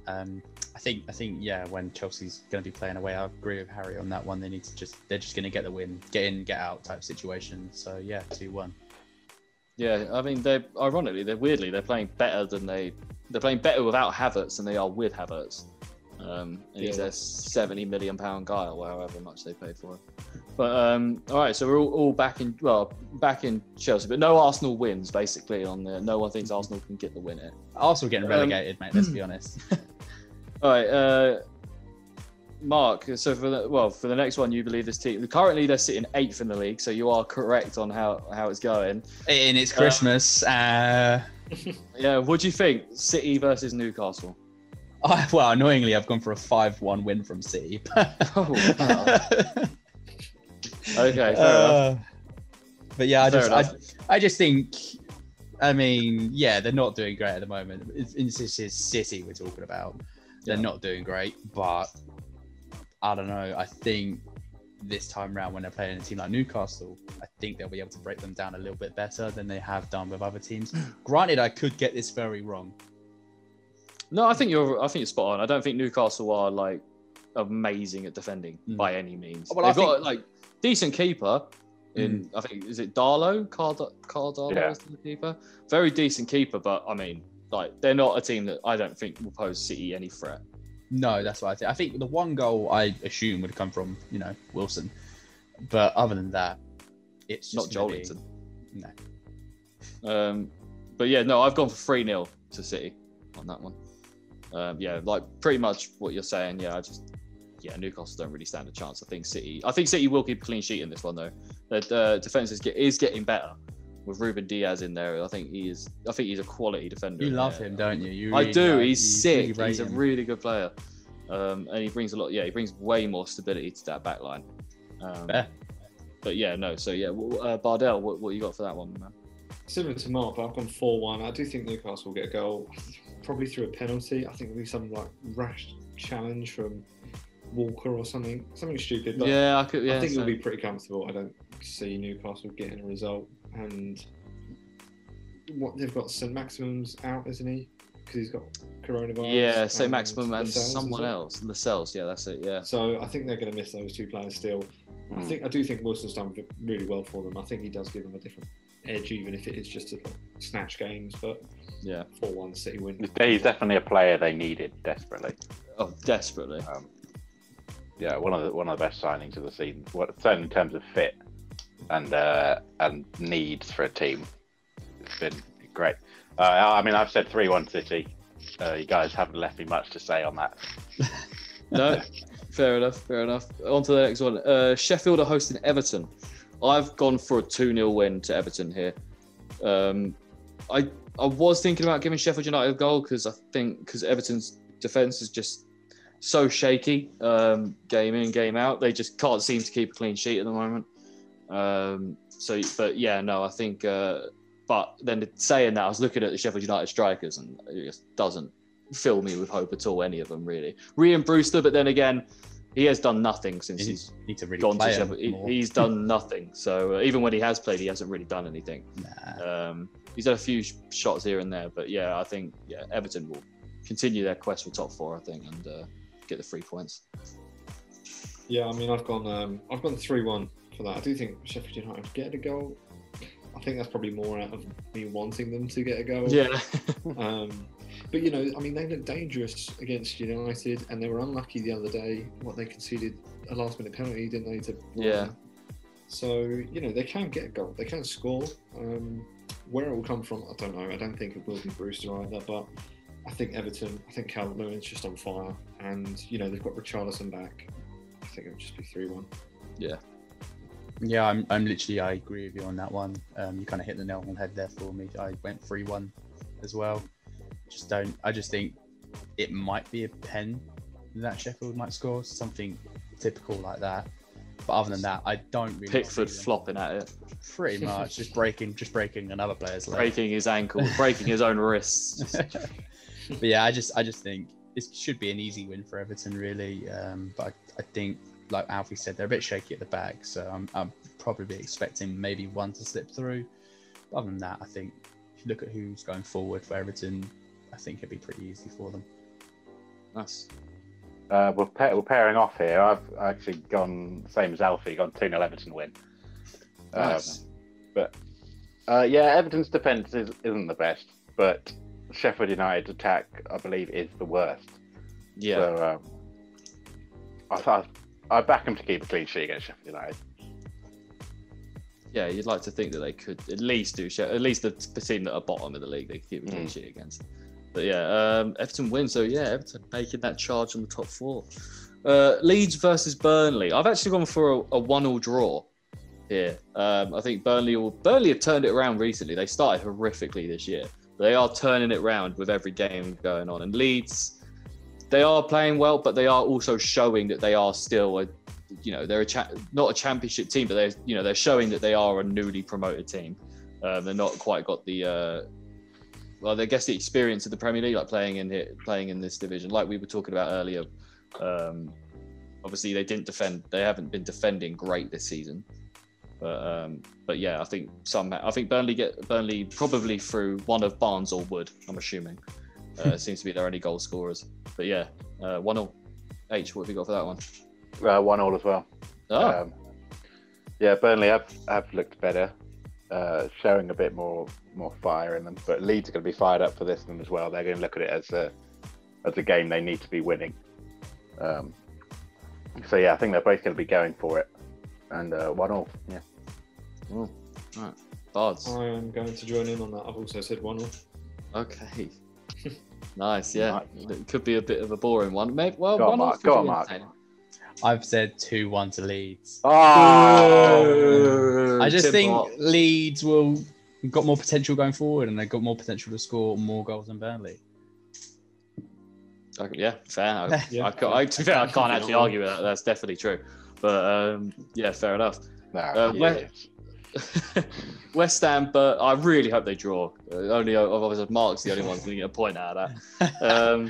S2: Um, I think I think yeah, when Chelsea's going to be playing away, I agree with Harry on that one. They need to just they're just going to get the win, get in, get out type situation. So yeah, two-one.
S1: Yeah, I mean, they're ironically, they're weirdly, they're playing better than they they're playing better without Havertz than they are with Havertz. Um, and he's
S4: Yeah.
S1: their seventy million pound guy, or however much they paid for him. But um, all right, so we're all, all back in well back in Chelsea, but no Arsenal wins basically. On the no one thinks Arsenal can get the win here.
S2: Arsenal getting
S1: Um,
S2: relegated, mate. Let's be honest.
S1: All right, uh, Mark. So for the well for the next one, you believe this team currently they're sitting eighth in the league, so you are correct on how how it's going.
S2: and it's Christmas. Uh,
S1: Yeah, what do you think? City versus Newcastle.
S2: I, well, annoyingly, I've gone for a five-one win from City.
S1: Oh, wow. okay, fair enough.
S2: Uh, but yeah, I
S1: Fair
S2: just
S1: enough.
S2: I, I just think, I mean, yeah, they're not doing great at the moment. It's, it's, it's it's City we're talking about. They're
S1: Yeah.
S2: not doing great, but I don't know. I think this time round when they're playing a team like Newcastle, I think they'll be able to break them down a little bit better than they have done with other teams. Granted, I could get this very wrong.
S1: No, I think you're. I think you're spot on. I don't think Newcastle are like amazing at defending
S2: Mm.
S1: by any means.
S2: Well, I
S1: They've got
S2: think-
S1: like decent keeper. In
S2: Mm.
S1: I think is it Darlow? Carl, Da- Carl Darlow
S3: Yeah.
S1: is the keeper. Very decent keeper, but I mean, like they're not a team that I don't think will pose City any threat.
S2: No, that's what I think. I think the one goal I assume would come from you know Wilson, but other than that, it's
S1: not
S2: just gonna be-
S1: Jolinton.
S2: No.
S1: Um, but yeah, no, I've gone for three 0 to City on that one. Um, yeah, like pretty much what you're saying. Yeah, I just yeah, Newcastle don't really stand a chance. I think City. I think City will keep a clean sheet in this one though. Their uh, defense is, get, is getting better with Ruben Diaz in there. I think he is. I think he's a quality defender.
S2: You
S1: in
S2: love
S1: there.
S2: him, don't you? you
S1: I
S2: really
S1: do.
S2: like-
S1: He's
S2: you
S1: sick.
S2: really
S1: he's a
S2: rate him.
S1: really good player, um, and he brings a lot. Yeah, he brings way more stability to that back line. Um,
S2: Fair.
S1: but yeah, no. So yeah, w- uh, Bardell, what, what you got for that one, man?
S4: Similar to Mark, but I've gone 4 1. I do think Newcastle will get a goal, probably through a penalty. I think it'll be some like rash challenge from Walker or something, something stupid. But
S1: yeah, I could. Yeah,
S4: I think
S1: so-
S4: it'll be pretty comfortable. I don't see Newcastle getting a result. And what they've got St Maximum's out, isn't he? Because he's got coronavirus.
S1: yeah, St.
S4: and
S1: Maximum and
S4: Lascelles, is
S1: someone
S4: it?
S1: else, Lascelles. Yeah, that's it. Yeah,
S4: So I think they're going to miss those two players still. I
S3: Mm.
S4: think I do think Wilson's done v- really well for them. I think he does give them a different edge, even if it is just to snatch games. But
S1: yeah.
S4: four one City win.
S3: He's definitely a player they needed desperately.
S1: Oh, desperately.
S3: Um, yeah, one of the one of the best signings of the season. Well, certainly in terms of fit and uh, and needs for a team, it's been great. Uh, I mean, I've said three one City. Uh, you guys haven't left me much to say on that.
S1: No, fair enough. Fair enough. On to the next one. Uh, Sheffield are hosting Everton. I've gone for a 2 0 win to Everton here. Um, I I was thinking about giving Sheffield United a goal because I think because Everton's defense is just so shaky, um, game in game out. They just can't seem to keep a clean sheet at the moment. Um, so, but yeah, no, I think. Uh, but then saying that, I was looking at the Sheffield United strikers, and it just doesn't fill me with hope at all. Any of them really. Rian Brewster, but then again, he has done nothing since
S2: He
S1: he's
S2: need to really
S1: gone to
S2: play
S1: Sheffield.
S2: him
S1: He,
S2: more.
S1: he's done nothing. So uh, even when he has played, he hasn't really done anything.
S2: Nah.
S1: Um, he's had a few sh- shots here and there, but yeah, I think yeah, Everton will continue their quest for top four, I think, and uh, get the three points.
S4: Yeah, I mean I've gone um, I've gone three one for that. I do think Sheffield United get a goal. I think that's probably more out of me wanting them to get a goal.
S1: Yeah,
S4: Um, but you know, I mean, they looked dangerous against United, and they were unlucky the other day. What they conceded a last-minute penalty, didn't they? To
S1: Yeah.
S4: Um, So you know, they can get a goal. They can score. Um, where it will come from, I don't know. I don't think it will be Brewster either, but I think Everton. I think Calvert Lewin's just on fire, and you know they've got Richarlison back. I think it'll just be three-one.
S2: Yeah, I'm, I'm literally, I agree with you on that one. Um, you kind of hit the nail on the head there for me. I went 3 1 as well. Just don't, I just think it might be a pen that Sheffield might score, something typical like that. But other than that, I don't really.
S1: Pickford
S2: see them.
S1: flopping at it,
S2: Pretty much, just breaking, just breaking another player's leg.
S1: breaking his ankle, breaking his own wrists.
S2: but yeah, I just I just think this should be an easy win for Everton, really. Um, but I, I think, like Alfie said, they're a bit shaky at the back, so I'm, I'm probably expecting maybe one to slip through. But other than that, I think if you look at who's going forward for Everton, I think it'd be pretty easy for them.
S1: Nice.
S3: Uh, we're, pa- we're pairing off here. I've actually gone same as Alfie, gone 2 0 Everton win. Um,
S1: Nice.
S3: uh, yeah, Everton's defence is, isn't the best, but Sheffield United's attack, I believe, is the worst.
S1: yeah.
S3: So, um, I, thought- I back them to keep a clean sheet against Sheffield United.
S1: yeah, you'd like to think that they could at least do share, at least the, the team that are bottom of the league they could keep a clean
S3: Mm.
S1: sheet against. But yeah, um, Everton win, so yeah, Everton making that charge on the top four. Uh, Leeds versus Burnley. I've actually gone for a, a one-all draw here. Um, I think Burnley will Burnley have turned it around recently. They started horrifically this year. They are turning it round with every game going on. And Leeds, they are playing well, but they are also showing that they are still a you know they're a cha- not a championship team, but they're you know they're showing that they are a newly promoted team. Um, they're not quite got the uh, well, I guess the experience of the Premier League, like playing in here, playing in this division, like we were talking about earlier. Um, obviously, they didn't defend; they haven't been defending great this season. But um, but yeah, I think some. I think Burnley get Burnley probably through one of Barnes or Wood. I'm assuming uh, seems to be their only goal scorers. But yeah, uh, one all. H, what have you got for that one?
S3: Uh, one all as well.
S1: Oh,
S3: Um, yeah, Burnley have, have looked better, uh, showing a bit more more fire in them. But Leeds are going to be fired up for this one as well. They're going to look at it as a as a game they need to be winning. Um, so yeah, I think they're both going to be going for it. And uh, one all. Yeah.
S1: Barnes.
S4: I am going to join in on that. I've also said one all.
S1: Okay. nice, yeah.
S3: Nice.
S1: It could be a bit of a boring one. Maybe, well,
S3: Go on,
S1: Oh, one
S3: Mark,
S1: off
S3: go
S1: is
S3: on, Mark.
S1: entertaining.
S2: I've said 2 1 to Leeds.
S3: Oh,
S2: Uh, I just
S1: Um, Tim
S2: think
S1: Hart.
S2: Leeds will got more potential going forward and they've got more potential to score more goals than Burnley.
S1: Okay, yeah, fair. I,
S4: Yeah.
S1: I, can't, I, to be fair, I can't actually argue with that. That's definitely true. But um, yeah, fair enough.
S3: no,
S1: Uh,
S3: yeah,
S1: where-
S3: it's-
S1: West Ham, but I really hope they draw. Uh, only obviously Mark's the only one going to get a point out of that. Um,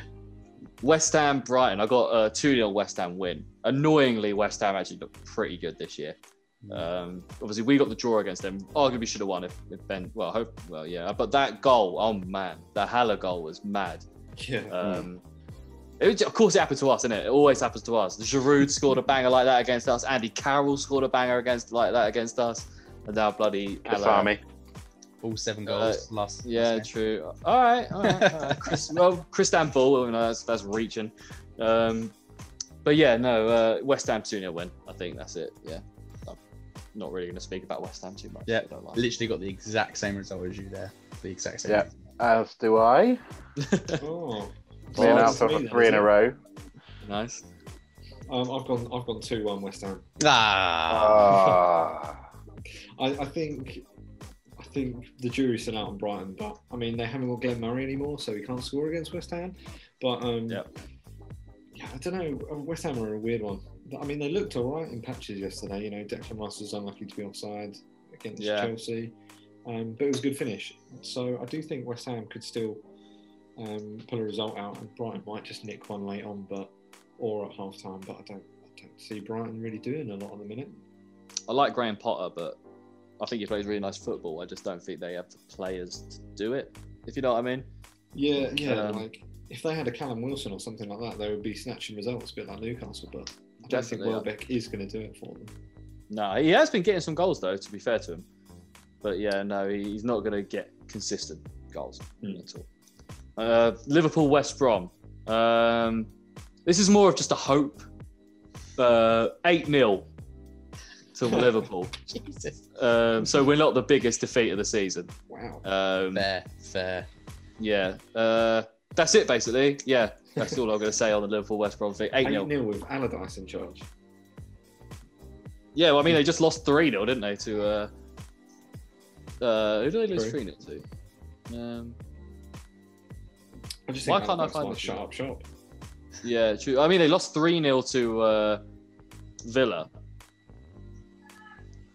S1: West Ham, Brighton. I got a two 0 West Ham win. Annoyingly, West Ham actually looked pretty good this year. Um, obviously, we got the draw against them. Arguably, should have won if, if Ben. Well, I hope. Well, yeah. But that goal, oh man, the Haller goal was mad.
S4: Yeah.
S3: Uh,
S1: Um, it was- of course, it happened to us, innit? It always happens to us. Giroud scored a banger like that against us. Andy Carroll scored a banger against like that against us. And now bloody Haller-
S3: Kasami.
S2: All seven goals last.
S1: Uh, yeah,
S2: last
S1: true. All right, all right. All right. Chris, well, Chris Ball, you know, that's, that's reaching. Um, but yeah, no, uh, West Ham 2 0 win. I think that's it. Yeah. I'm not really going to speak about West Ham too much.
S2: Yeah.
S1: I don't like
S2: game. Literally got the exact same result as you there. The exact same.
S3: Yeah. As do I.
S1: it.
S4: oh.
S3: Me
S1: Oh,
S3: and
S4: That's
S3: Alpha
S4: me
S3: for
S4: then,
S3: three in
S4: isn't it?
S3: a row.
S1: nice.
S4: Um, I've gone. I've gone two one West Ham.
S2: Ah.
S3: Ah.
S4: I, I think. I think the jury's still out on Brighton, but I mean they haven't got Glenn Murray anymore, so he can't score against West Ham. But um,
S1: Yeah.
S4: yeah, I don't know. Um, West Ham are a weird one. I mean they looked all right in patches yesterday. You know, Declan Rice was unlucky to be offside against
S1: Yeah.
S4: Chelsea, um, but it was a good finish. So I do think West Ham could still um, pull a result out, and Brighton might just nick one late on, but or at half time. But I don't. I don't see Brighton really doing a lot at the minute.
S1: I like Graham Potter, but I think he plays really nice football. I just don't think they have the players to do it, if you know what I mean.
S4: Yeah, yeah.
S1: Um,
S4: like if they had a Callum Wilson or something like that, they would be snatching results, a bit like Newcastle. But I don't think
S1: Definitely, yeah.
S4: Welbeck is going to do it for them.
S1: No, he has been getting some goals, though, to be fair to him. But yeah, no, he- he's not going to get consistent goals
S4: Hmm.
S1: at all. Uh, Liverpool West Brom. Um, this is more of just a hope. Uh, 8 0 to Liverpool.
S2: Jesus.
S1: Um, so we're not the biggest defeat of the season.
S4: Wow.
S1: Um,
S2: Fair, fair.
S1: yeah. Uh, that's it, basically. Yeah. That's all I'm going to say on the Liverpool West Brom thing. 8
S4: Eight
S1: 0.
S4: nil with Allardyce in charge.
S1: Yeah, well, I mean, they just lost 3 0, didn't they? To uh, uh, who did they lose 3
S4: True.
S1: 0 to? Um,
S4: I just
S1: Why
S4: think
S1: can't I
S4: Allardyce
S1: find
S4: might
S1: this
S4: shut
S1: now?
S4: up shop.
S1: yeah, true. I mean, they lost 3 0 to uh, Villa.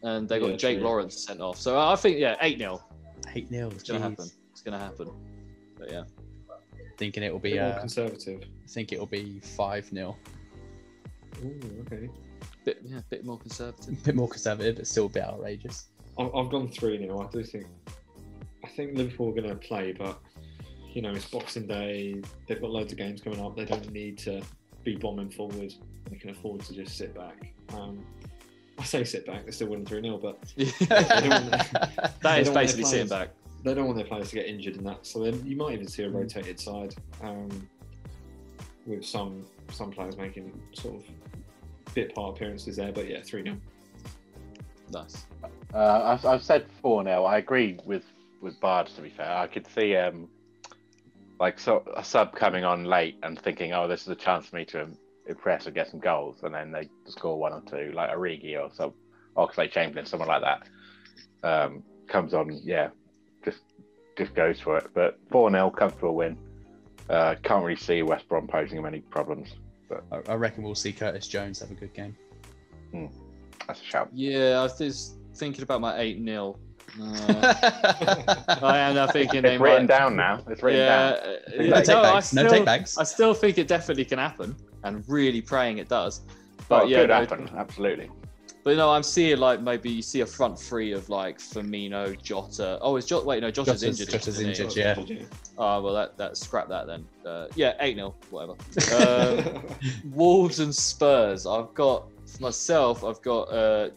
S1: And they got
S4: Yeah,
S1: Jake
S4: true.
S1: Lawrence sent off. So I think, yeah, 8 0.
S2: 8 0.
S1: It's going to happen. It's going to happen. But yeah.
S2: Thinking it will
S4: Bit
S2: be,
S4: more
S2: uh,
S4: conservative.
S2: I think it will be 5 0.
S4: Ooh, okay.
S1: Bit, yeah, bit more conservative.
S2: A bit more conservative, but still a bit outrageous.
S4: I've, I've gone three nil. I do think think Liverpool are going to play, but you know it's Boxing Day. They've got loads of games coming up. They don't need to be bombing forward. They can afford to just sit back. Um, I say sit back. They're still winning three 0 but
S1: that is
S4: don't wanna
S1: basically
S4: play
S1: sitting
S4: us.
S1: back.
S4: they don't want their players to get injured in that. So then you might even see a rotated side um, with some some players making sort of bit part appearances there. But yeah, three 0
S1: Nice.
S3: Uh, I've, I've said four now. I agree with with Bard. To be fair, I could see um, like so a sub coming on late and thinking, "Oh, this is a chance for me to impress and get some goals," and then they score one or two, like Origi or some or Oxlade Chamberlain, someone like that, um, comes on. Yeah, just just goes for it. But four 0 comfortable win. Uh, can't really see West Brom posing them any problems.
S2: I, I reckon we'll see Curtis Jones have a good game.
S3: That's a shout.
S1: Yeah, I was just thinking about my eight 0 uh, I am now thinking they
S3: It's written
S1: might.
S3: down now. It's written down.
S1: yeah, uh,
S3: Take
S1: yeah,
S3: that, take
S1: no, I
S2: bags. No
S1: still,
S2: take bags.
S1: I still think it definitely can happen, and really praying it does. But
S3: But oh,
S1: yeah,
S3: could
S1: no,
S3: happen. Absolutely.
S1: But no, I'm seeing like maybe you see a front three of like Firmino, Jota. Oh, is Jota? Wait, no, Jota's,
S2: Jota's-
S1: injured.
S2: Jota's
S1: isn't he?
S2: injured. Yeah.
S1: Oh well, that that scrap that then. Uh, yeah, eight 0 whatever. Uh, Wolves and Spurs. I've got for myself. I've got. Uh,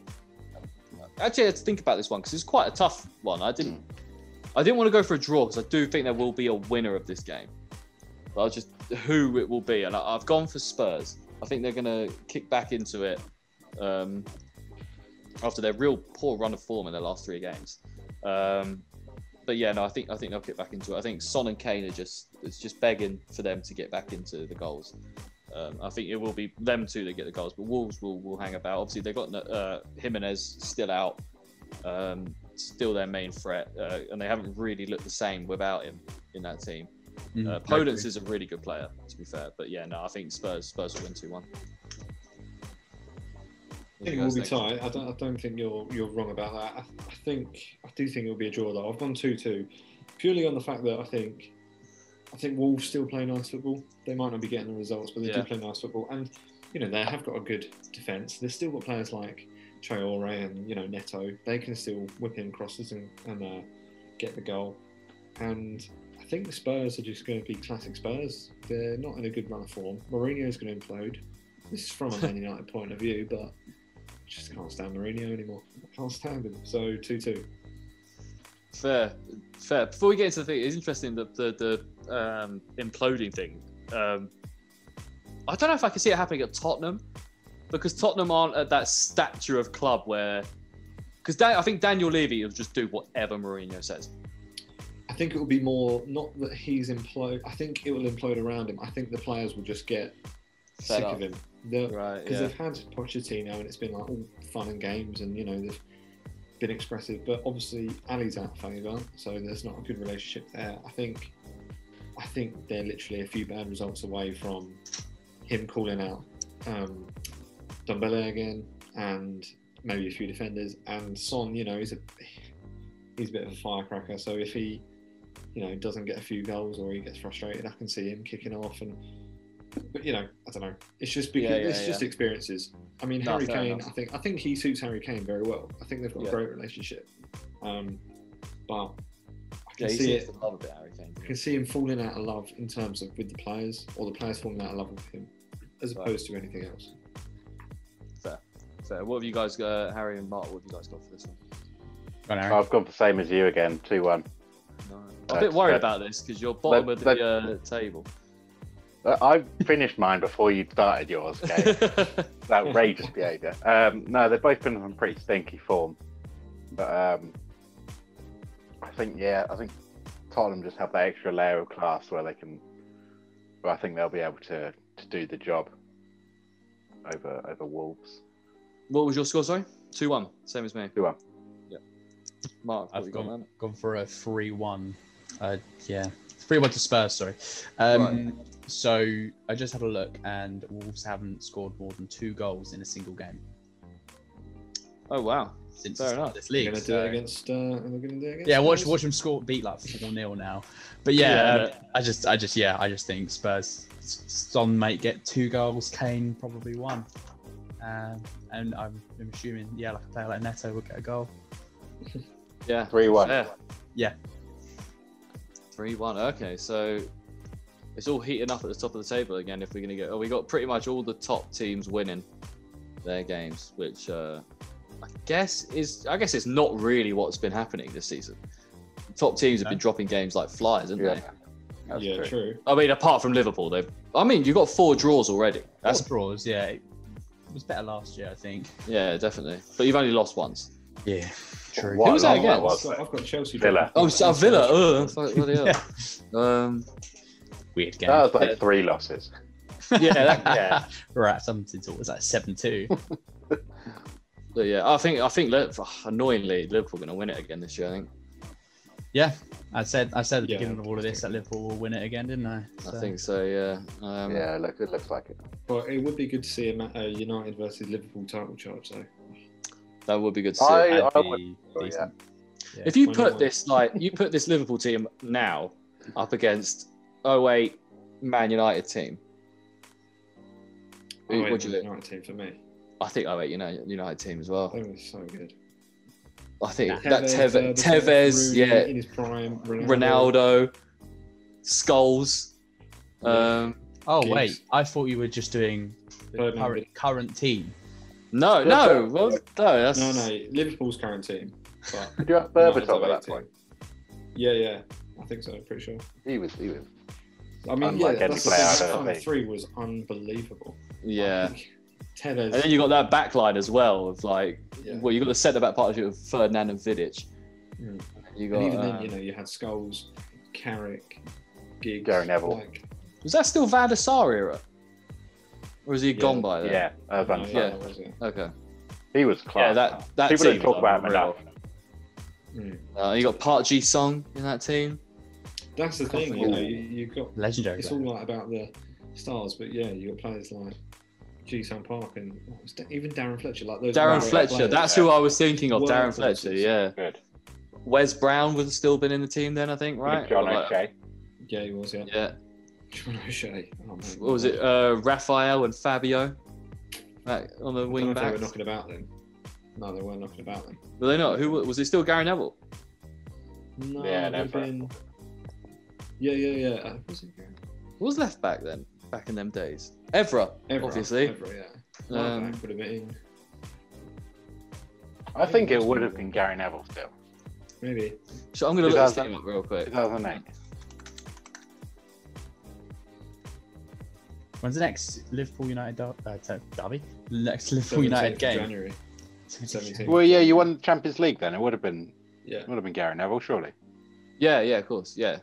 S1: actually, I had to think about this one because it's quite a tough one. I didn't. I didn't want to go for a draw because I do think there will be a winner of this game. But I'll just who it will be, and I, I've gone for Spurs. I think they're going to kick back into it um, after their real poor run of form in their last three games. Um, but yeah, no, I think I think they'll get back into it. I think Son and Kane are just it's just begging for them to get back into the goals. Um, I think it will be them two that get the goals, but Wolves will, will hang about. Obviously, they've got uh, Jimenez still out, um, still their main threat, uh, and they haven't really looked the same without him in that team.
S2: Mm,
S1: Uh,
S2: I
S1: Podence
S2: agree.
S1: is a really good player, to be fair. But yeah, no, I think Spurs Spurs will win two one.
S4: I think we'll be tight. I don't, I don't think you're you're wrong about that. I, I think I do think it'll be a draw though. I've gone two two, purely on the fact that I think I think Wolves still play nice football. They might not be getting the results, but they
S1: Yeah.
S4: do play nice football. And you know they have got a good defence. They've still got players like Traore and you know Neto. They can still whip in crosses and, and uh, get the goal. And I think the Spurs are just going to be classic Spurs. They're not in a good run of form. Mourinho's going to implode. This is from a Man United point of view, but just can't stand Mourinho anymore. I can't stand him. So two two.
S1: Fair, fair. Before we get into the thing, it's interesting the the, the um, imploding thing. Um, I don't know if I can see it happening at Tottenham because Tottenham aren't at that stature of club where. Because I think Daniel Levy will just do whatever Mourinho says.
S4: I think it will be more not that he's implode. I think it will implode around him. I think the players will just get
S1: Fed
S4: sick
S1: up.
S4: of him. Because
S1: Right.
S4: they've had Pochettino and it's been like all fun and games, and you know they've been expressive. But obviously Ali's out of favour, so there's not a good relationship there. I think, I think they're literally a few bad results away from him calling out um, Dombele again, and maybe a few defenders. And Son, you know, he's a he's a bit of a firecracker. So if he, you know, doesn't get a few goals or he gets frustrated, I can see him kicking off. And but you know, I don't know. It's just because
S1: Yeah, yeah,
S4: it's just experiences. I mean,
S1: No,
S4: Harry
S1: fair
S4: Kane.
S1: enough.
S4: I think I think he suits Harry Kane very well. I think they've got
S1: Yeah.
S4: a great relationship. Um, but I can
S1: Yeah, he
S4: see
S1: seems
S4: it.
S1: to love a bit, Harry Kane.
S4: I can see him falling out of love in terms of with the players, or the players falling out of love with him, as
S1: Right.
S4: opposed to anything else.
S1: So, what have you guys got, uh, Harry and Mark? What have you guys got for this one?
S2: Go on, Aaron.
S3: I've gone for same as you again, two one.
S1: I'm a bit worried
S3: That's-
S1: about this because you're bottom
S3: that-
S1: of the uh, table.
S3: Uh, I finished mine before you started yours, Gabe. Outrageous behaviour. Um, no, they've both been in pretty stinky form, but um, I think yeah, I think Tottenham just have that extra layer of class where they can. Where I think they'll be able to, to do the job over over Wolves.
S1: what was your score? Sorry, two one, same as me.
S3: 2-1.
S1: Yeah. Mark, what
S2: I've
S1: have you got,
S2: gone-
S1: man?
S2: gone for a three-one. Uh, yeah, three-one to Spurs. Sorry. Um, So I just had a look, and Wolves haven't scored more than two goals in a single game
S1: Oh wow.
S2: since
S1: Fair
S2: the start
S1: enough.
S2: of this
S4: They're
S2: league.
S4: going to do
S2: so-
S4: it against. Uh, are they going to do it against?
S2: Yeah, watch
S4: Spurs?
S2: watch them score beat like four 0 now. But yeah, um, I just I just yeah I just think Spurs Son might get two goals, Kane probably one, um, and I'm, I'm assuming yeah like a player like Neto will get a goal.
S1: Yeah.
S3: Three one.
S1: Fair.
S2: Yeah.
S1: Three one. Okay, so it's all heating up at the top of the table again. If we're gonna get, oh, we got pretty much all the top teams winning their games, which uh, I guess is, I guess it's not really what's been happening this season. Top teams have been dropping games like flies, haven't
S3: Yeah.
S1: they?
S3: That's
S4: yeah,
S3: true.
S4: true.
S1: I mean, apart from Liverpool, they've. I mean, you got four draws already. That's
S2: That's draws. Yeah, it was better last year, I think.
S1: yeah, definitely. But you've only lost once.
S2: Yeah,
S3: true.
S1: Who was that
S3: What
S1: against?
S3: was that?
S4: I've got Chelsea.
S3: Villa.
S1: Oh, it's, uh, Villa. Oh, fuck, bloody hell.
S2: Yeah.
S1: Um,
S2: weird game.
S3: That was like three losses.
S1: yeah, that, yeah.
S2: We're at something towards that seven two.
S1: But yeah, I think I think Liv- annoyingly Liverpool going to win it again this year. I think.
S2: Yeah, I said I said at the
S4: Yeah.
S2: beginning of all of this that Liverpool will win it again, didn't I?
S1: I
S2: So-
S1: think so. Yeah. Um,
S3: yeah, look, it looks like it.
S4: But it would be good to see a, ma- a United versus Liverpool title charge, though.
S1: That would be good to see.
S3: I-
S2: That'd
S3: I
S2: be
S3: would- yeah.
S2: decent. yeah.
S1: if you
S4: Why
S1: put
S4: not?
S1: this like you put this Liverpool team now up against 08 Man United team, Who-
S4: Oh,
S1: what do you
S4: the
S1: think?
S4: United team for me.
S1: I think 08 United, United team as well.
S4: They were so good. uh,
S1: I think that Tevez,
S4: Fernandes,
S1: Tevez,
S4: Rooney
S1: yeah,
S4: in his prime. Ronaldo.
S1: Ronaldo, Skulls. Um,
S2: Oh
S4: Gigs.
S2: wait, I thought you were just doing the
S4: Ferdinand
S2: current, current team.
S1: no,
S3: Yeah,
S1: no,
S3: but-
S1: well, no, that's
S4: No, no, Liverpool's current team. But
S3: Could you have
S4: United's
S3: Berbatov at that
S4: team.
S3: point?
S4: Yeah, yeah, I think so. Pretty sure.
S3: He was, he was.
S4: I mean,
S3: Unlike
S4: yeah,
S3: any
S4: that's the
S3: player
S4: thing,
S3: I've
S4: that
S3: ever
S4: final
S3: played.
S4: three was unbelievable.
S1: yeah.
S4: Tevez.
S1: And then you got that back line as well of like,
S4: yeah.
S1: well, you got the centre back partnership of Ferdinand and Vidic.
S4: Mm.
S1: You got
S4: and even
S1: uh,
S4: then, you know, you had Skulls, Carrick, Giggs,
S3: Gary Neville.
S4: Like,
S1: was that still Van der Sar era, or is he
S4: Yeah,
S1: gone by then?
S3: Yeah, that was
S4: no,
S3: unfair.
S1: Yeah.
S4: was it.
S1: Okay.
S3: uh, He was
S1: Yeah,
S3: class.
S1: that that
S3: People
S1: team.
S3: don't talk
S1: was
S3: about him
S1: unreal.
S3: enough.
S4: Mm.
S1: Uh, you got Park Ji Sung in that team.
S4: That's the thing, you know, you, you got
S2: Legendary.
S4: it's all like about the stars, but yeah, you got players like G. Sam Park and what was that- even Darren Fletcher, like those
S1: Darren
S4: great
S1: Fletcher.
S4: players.
S1: That's
S3: yeah.
S1: who I was thinking of.
S4: World
S1: Darren
S4: class.
S1: Fletcher. Yeah.
S3: Good.
S1: Wes Brown would have still been in the team then, I think, right?
S3: Right. John
S1: Or like-
S3: O'Shea.
S4: yeah, he was. Yeah,
S1: Yeah.
S4: John O'Shea. Oh, mate.
S1: What was it? Uh, Raphael and Fabio back on the
S4: I don't know
S1: wing
S4: if they were
S1: back.
S4: knocking about then. No, they weren't knocking about then.
S1: Were they not? Who wa- was it? Still Gary Neville?
S4: No,
S3: Yeah,
S4: it
S3: no,
S4: would've
S3: fair.
S4: been... yeah, yeah, yeah. Uh, was it Gary?
S1: Who was left back then? Back in them days, Evra,
S4: Evra,
S1: obviously.
S4: Evra, yeah. Right
S1: Um,
S4: back would have been
S3: I think it would have been Gary Neville still.
S4: maybe.
S1: so I'm going to look this
S3: 2000.
S1: team up real quick.
S3: 2008.
S2: When's the next Liverpool United der- uh, ter- derby? The next Liverpool
S4: 17th
S2: United
S4: of
S2: game.
S4: January. 17th.
S3: Well, yeah, you won the Champions League then. It would have been,
S4: Yeah.
S3: it would have been Gary Neville, surely.
S1: Yeah, yeah, of course, yeah,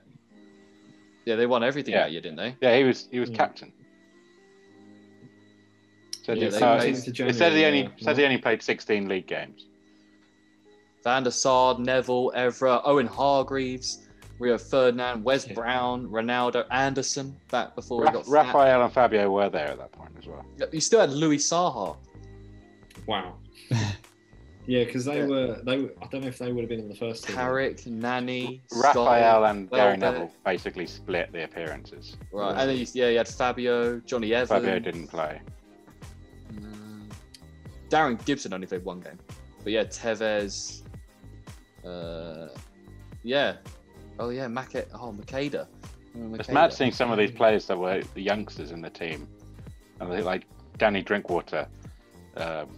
S1: yeah. They won everything
S3: Yeah.
S1: that year, didn't they?
S3: Yeah, he was, he was
S1: Hmm.
S4: Mm.
S3: captain. So
S1: Yeah,
S3: yeah,
S1: they-
S3: so
S1: they-
S3: it it says he only says he only played 16 league games.
S1: Van der Sar, Neville, Evra, Owen Hargreaves, Rio Ferdinand, Wes
S4: Yeah.
S1: Brown, Ronaldo, Anderson. Back before
S3: Ra-
S1: he got snapped.
S3: Raphael and Fabio were there at that point as well.
S1: You still had Louis Saha.
S4: Wow. yeah, because they
S3: Yeah.
S4: were they. Were, I don't know if they would have been in the first team.
S1: Carrick, Nani,
S3: Raphael and
S1: well,
S3: Gary
S1: uh,
S3: Neville basically split the appearances.
S1: Scott. Right, and then you, yeah, you had Fabio, Johnny Evans.
S3: Fabio didn't play.
S1: Um, Darren Gibson only played one game, but yeah, Tevez. Uh, yeah. Oh yeah, Mac- Oh, Makeda. Oh,
S3: It's
S1: Makeda.
S3: mad seeing some of these players that were the youngsters in the team, and they like Danny Drinkwater, um,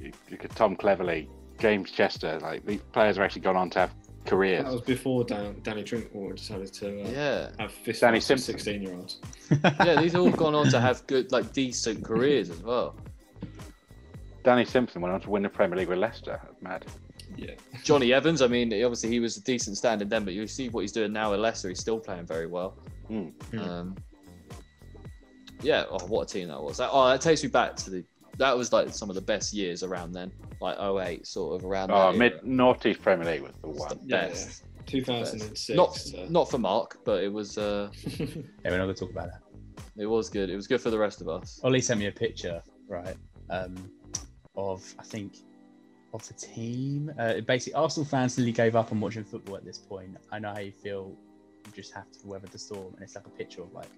S3: you, you could- Tom Cleverly, James Chester. Like these players have actually gone on to have
S4: That was
S3: careers.
S4: before Dan, Danny Drinkwater decided to uh,
S1: Yeah,
S4: have fist
S3: Danny
S4: fights with
S3: Simpson.
S4: sixteen-year-olds.
S1: yeah. These all gone on to have good, like, decent careers as well.
S3: Danny Simpson went on to win the Premier League with Leicester. That's Mad.
S4: Yeah.
S1: Johnny Evans. I mean, obviously he was a decent standard then, but you see what he's doing now at Leicester. He's still playing very well.
S3: Mm.
S4: Mm.
S1: Um, yeah. Oh, what a team that was. That, oh, that takes me back to the. That was like some of the best years around then, like 08, sort of around.
S3: Oh,
S1: that
S3: mid
S1: era.
S3: noughties Premier League was the
S1: It's the
S3: one.
S4: Yeah,
S1: best.
S4: Two thousand and six.
S1: Not not for Mark, but it was uh,
S2: Yeah, we're not gonna talk about that.
S1: it was good. It was good for the rest of us.
S2: Ollie sent me a picture, right, um, of I think of the team. Uh, basically, Arsenal fans nearly gave up on watching football at this point. I know how you feel. You just have to weather the storm, and it's like a picture of like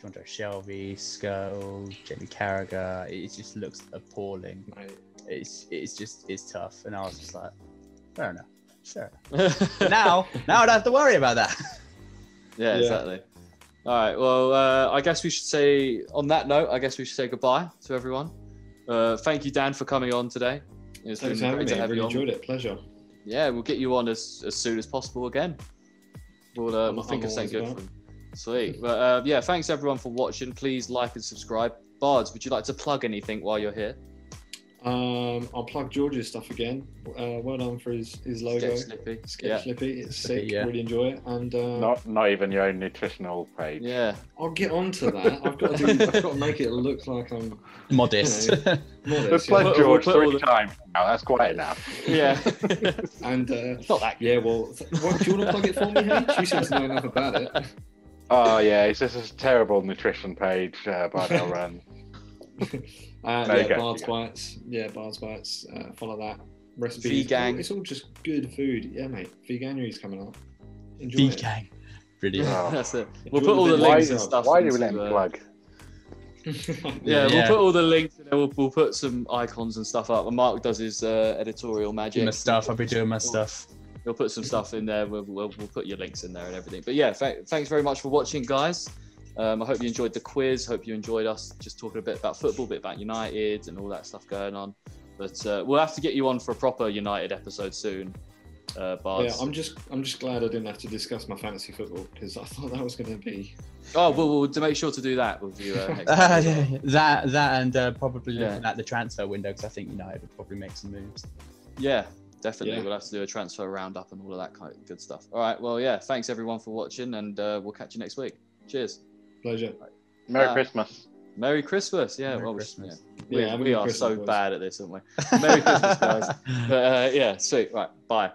S2: John Joe Shelby, Skirtle, Jamie Carragher. It just looks appalling. It's it's just it's tough, and I was just like, fair enough, fair enough. But now now I don't have to worry about that.
S1: Yeah,
S4: Yeah.
S1: exactly. All right. Well, uh, I guess we should say on that note. I guess we should say goodbye to everyone. Uh, thank you, Dan, for coming on today. It's
S4: Thanks for
S1: been
S4: having
S1: great
S4: me.
S1: to
S4: I
S1: have
S4: really
S1: you on.
S4: enjoyed it. Pleasure.
S1: Yeah, we'll get you on as, as soon as possible again. We'll, uh,
S4: I'm-
S1: we'll think
S4: I'm
S1: of something
S4: always
S1: good. For Sweet. But uh, yeah, thanks everyone for watching. Please like and subscribe. Bards, would you like to plug anything while you're here?
S4: Um, I'll plug George's stuff again. Uh, well done for his, his logo.
S1: Sketch Slippy.
S4: Sketch
S1: Yeah.
S4: Lippy. It's sick.
S2: Yeah.
S4: Really enjoy it. And uh,
S3: Not not even your own nutritional page.
S1: Yeah.
S4: I'll get onto that. I've got to do, I've got to make it look like I'm
S2: Modest.
S4: modest.
S3: Let's play
S4: yeah.
S1: We'll-
S3: George
S1: we'll put all
S3: three
S1: the-
S3: times now. That's quite enough.
S1: Yeah.
S4: And uh,
S1: Not that
S4: yeah, well, th- what, do you want to plug it for me? H? You seem to know enough about it. Uh,
S3: Oh yeah, it's just a terrible nutrition page uh, by Del Run.
S4: Uh,
S3: No,
S4: yeah,
S3: go,
S4: Bard's
S3: go.
S4: Bites. Yeah, Bard's Bites. Uh, follow that recipe.
S1: Vegan.
S4: It's all just good food. Yeah, mate. Veganuary's coming up. Enjoy
S2: B
S4: it.
S2: gang. Brilliant.
S3: Yeah.
S1: That's it. We'll
S4: Enjoy
S1: put all
S4: the
S1: the
S4: video.
S1: links
S3: why,
S1: and stuff.
S3: Why do we
S1: into,
S3: let him
S1: uh,
S3: plug?
S1: Yeah,
S2: Yeah.
S1: we'll put all the links and then we'll, we'll put some icons and stuff up. And Mark does his uh, editorial magic.
S2: my stuff. I'll be doing my stuff.
S1: He'll put some stuff in there. We'll, we'll, we'll put your links in there and everything. But yeah, th- thanks very much for watching, guys. Um, I hope you enjoyed the quiz. Hope you enjoyed us just talking a bit about football, a bit about United and all that stuff going on. But uh, we'll have to get you on for a proper United episode soon, uh,
S4: Yeah,
S1: Bards.
S4: I'm just I'm just glad I didn't have to discuss my fantasy football because I thought that was going to be
S1: oh, we'll, we'll to make sure to do that with you uh, next
S2: Ah,
S1: time.
S2: yeah, yeah. That that and uh, probably
S1: Yeah.
S2: looking at the transfer window because I think United would probably make some moves.
S1: Yeah, definitely.
S4: Yeah.
S1: We'll have to do a transfer roundup and all of that kind of good stuff. All right. Well, yeah. Thanks everyone for watching, and uh, we'll catch you next week. Cheers.
S4: a pleasure.
S3: Merry
S1: Uh,
S3: Christmas.
S1: Merry Christmas. Yeah.
S2: Merry
S1: well, we-
S2: Christmas.
S1: yeah.
S4: Yeah, have a
S1: we,
S4: good
S1: are
S4: Christmas,
S1: so
S4: boys.
S1: bad at this, aren't we? Merry Christmas, guys. But uh, yeah, sweet. Right. Bye.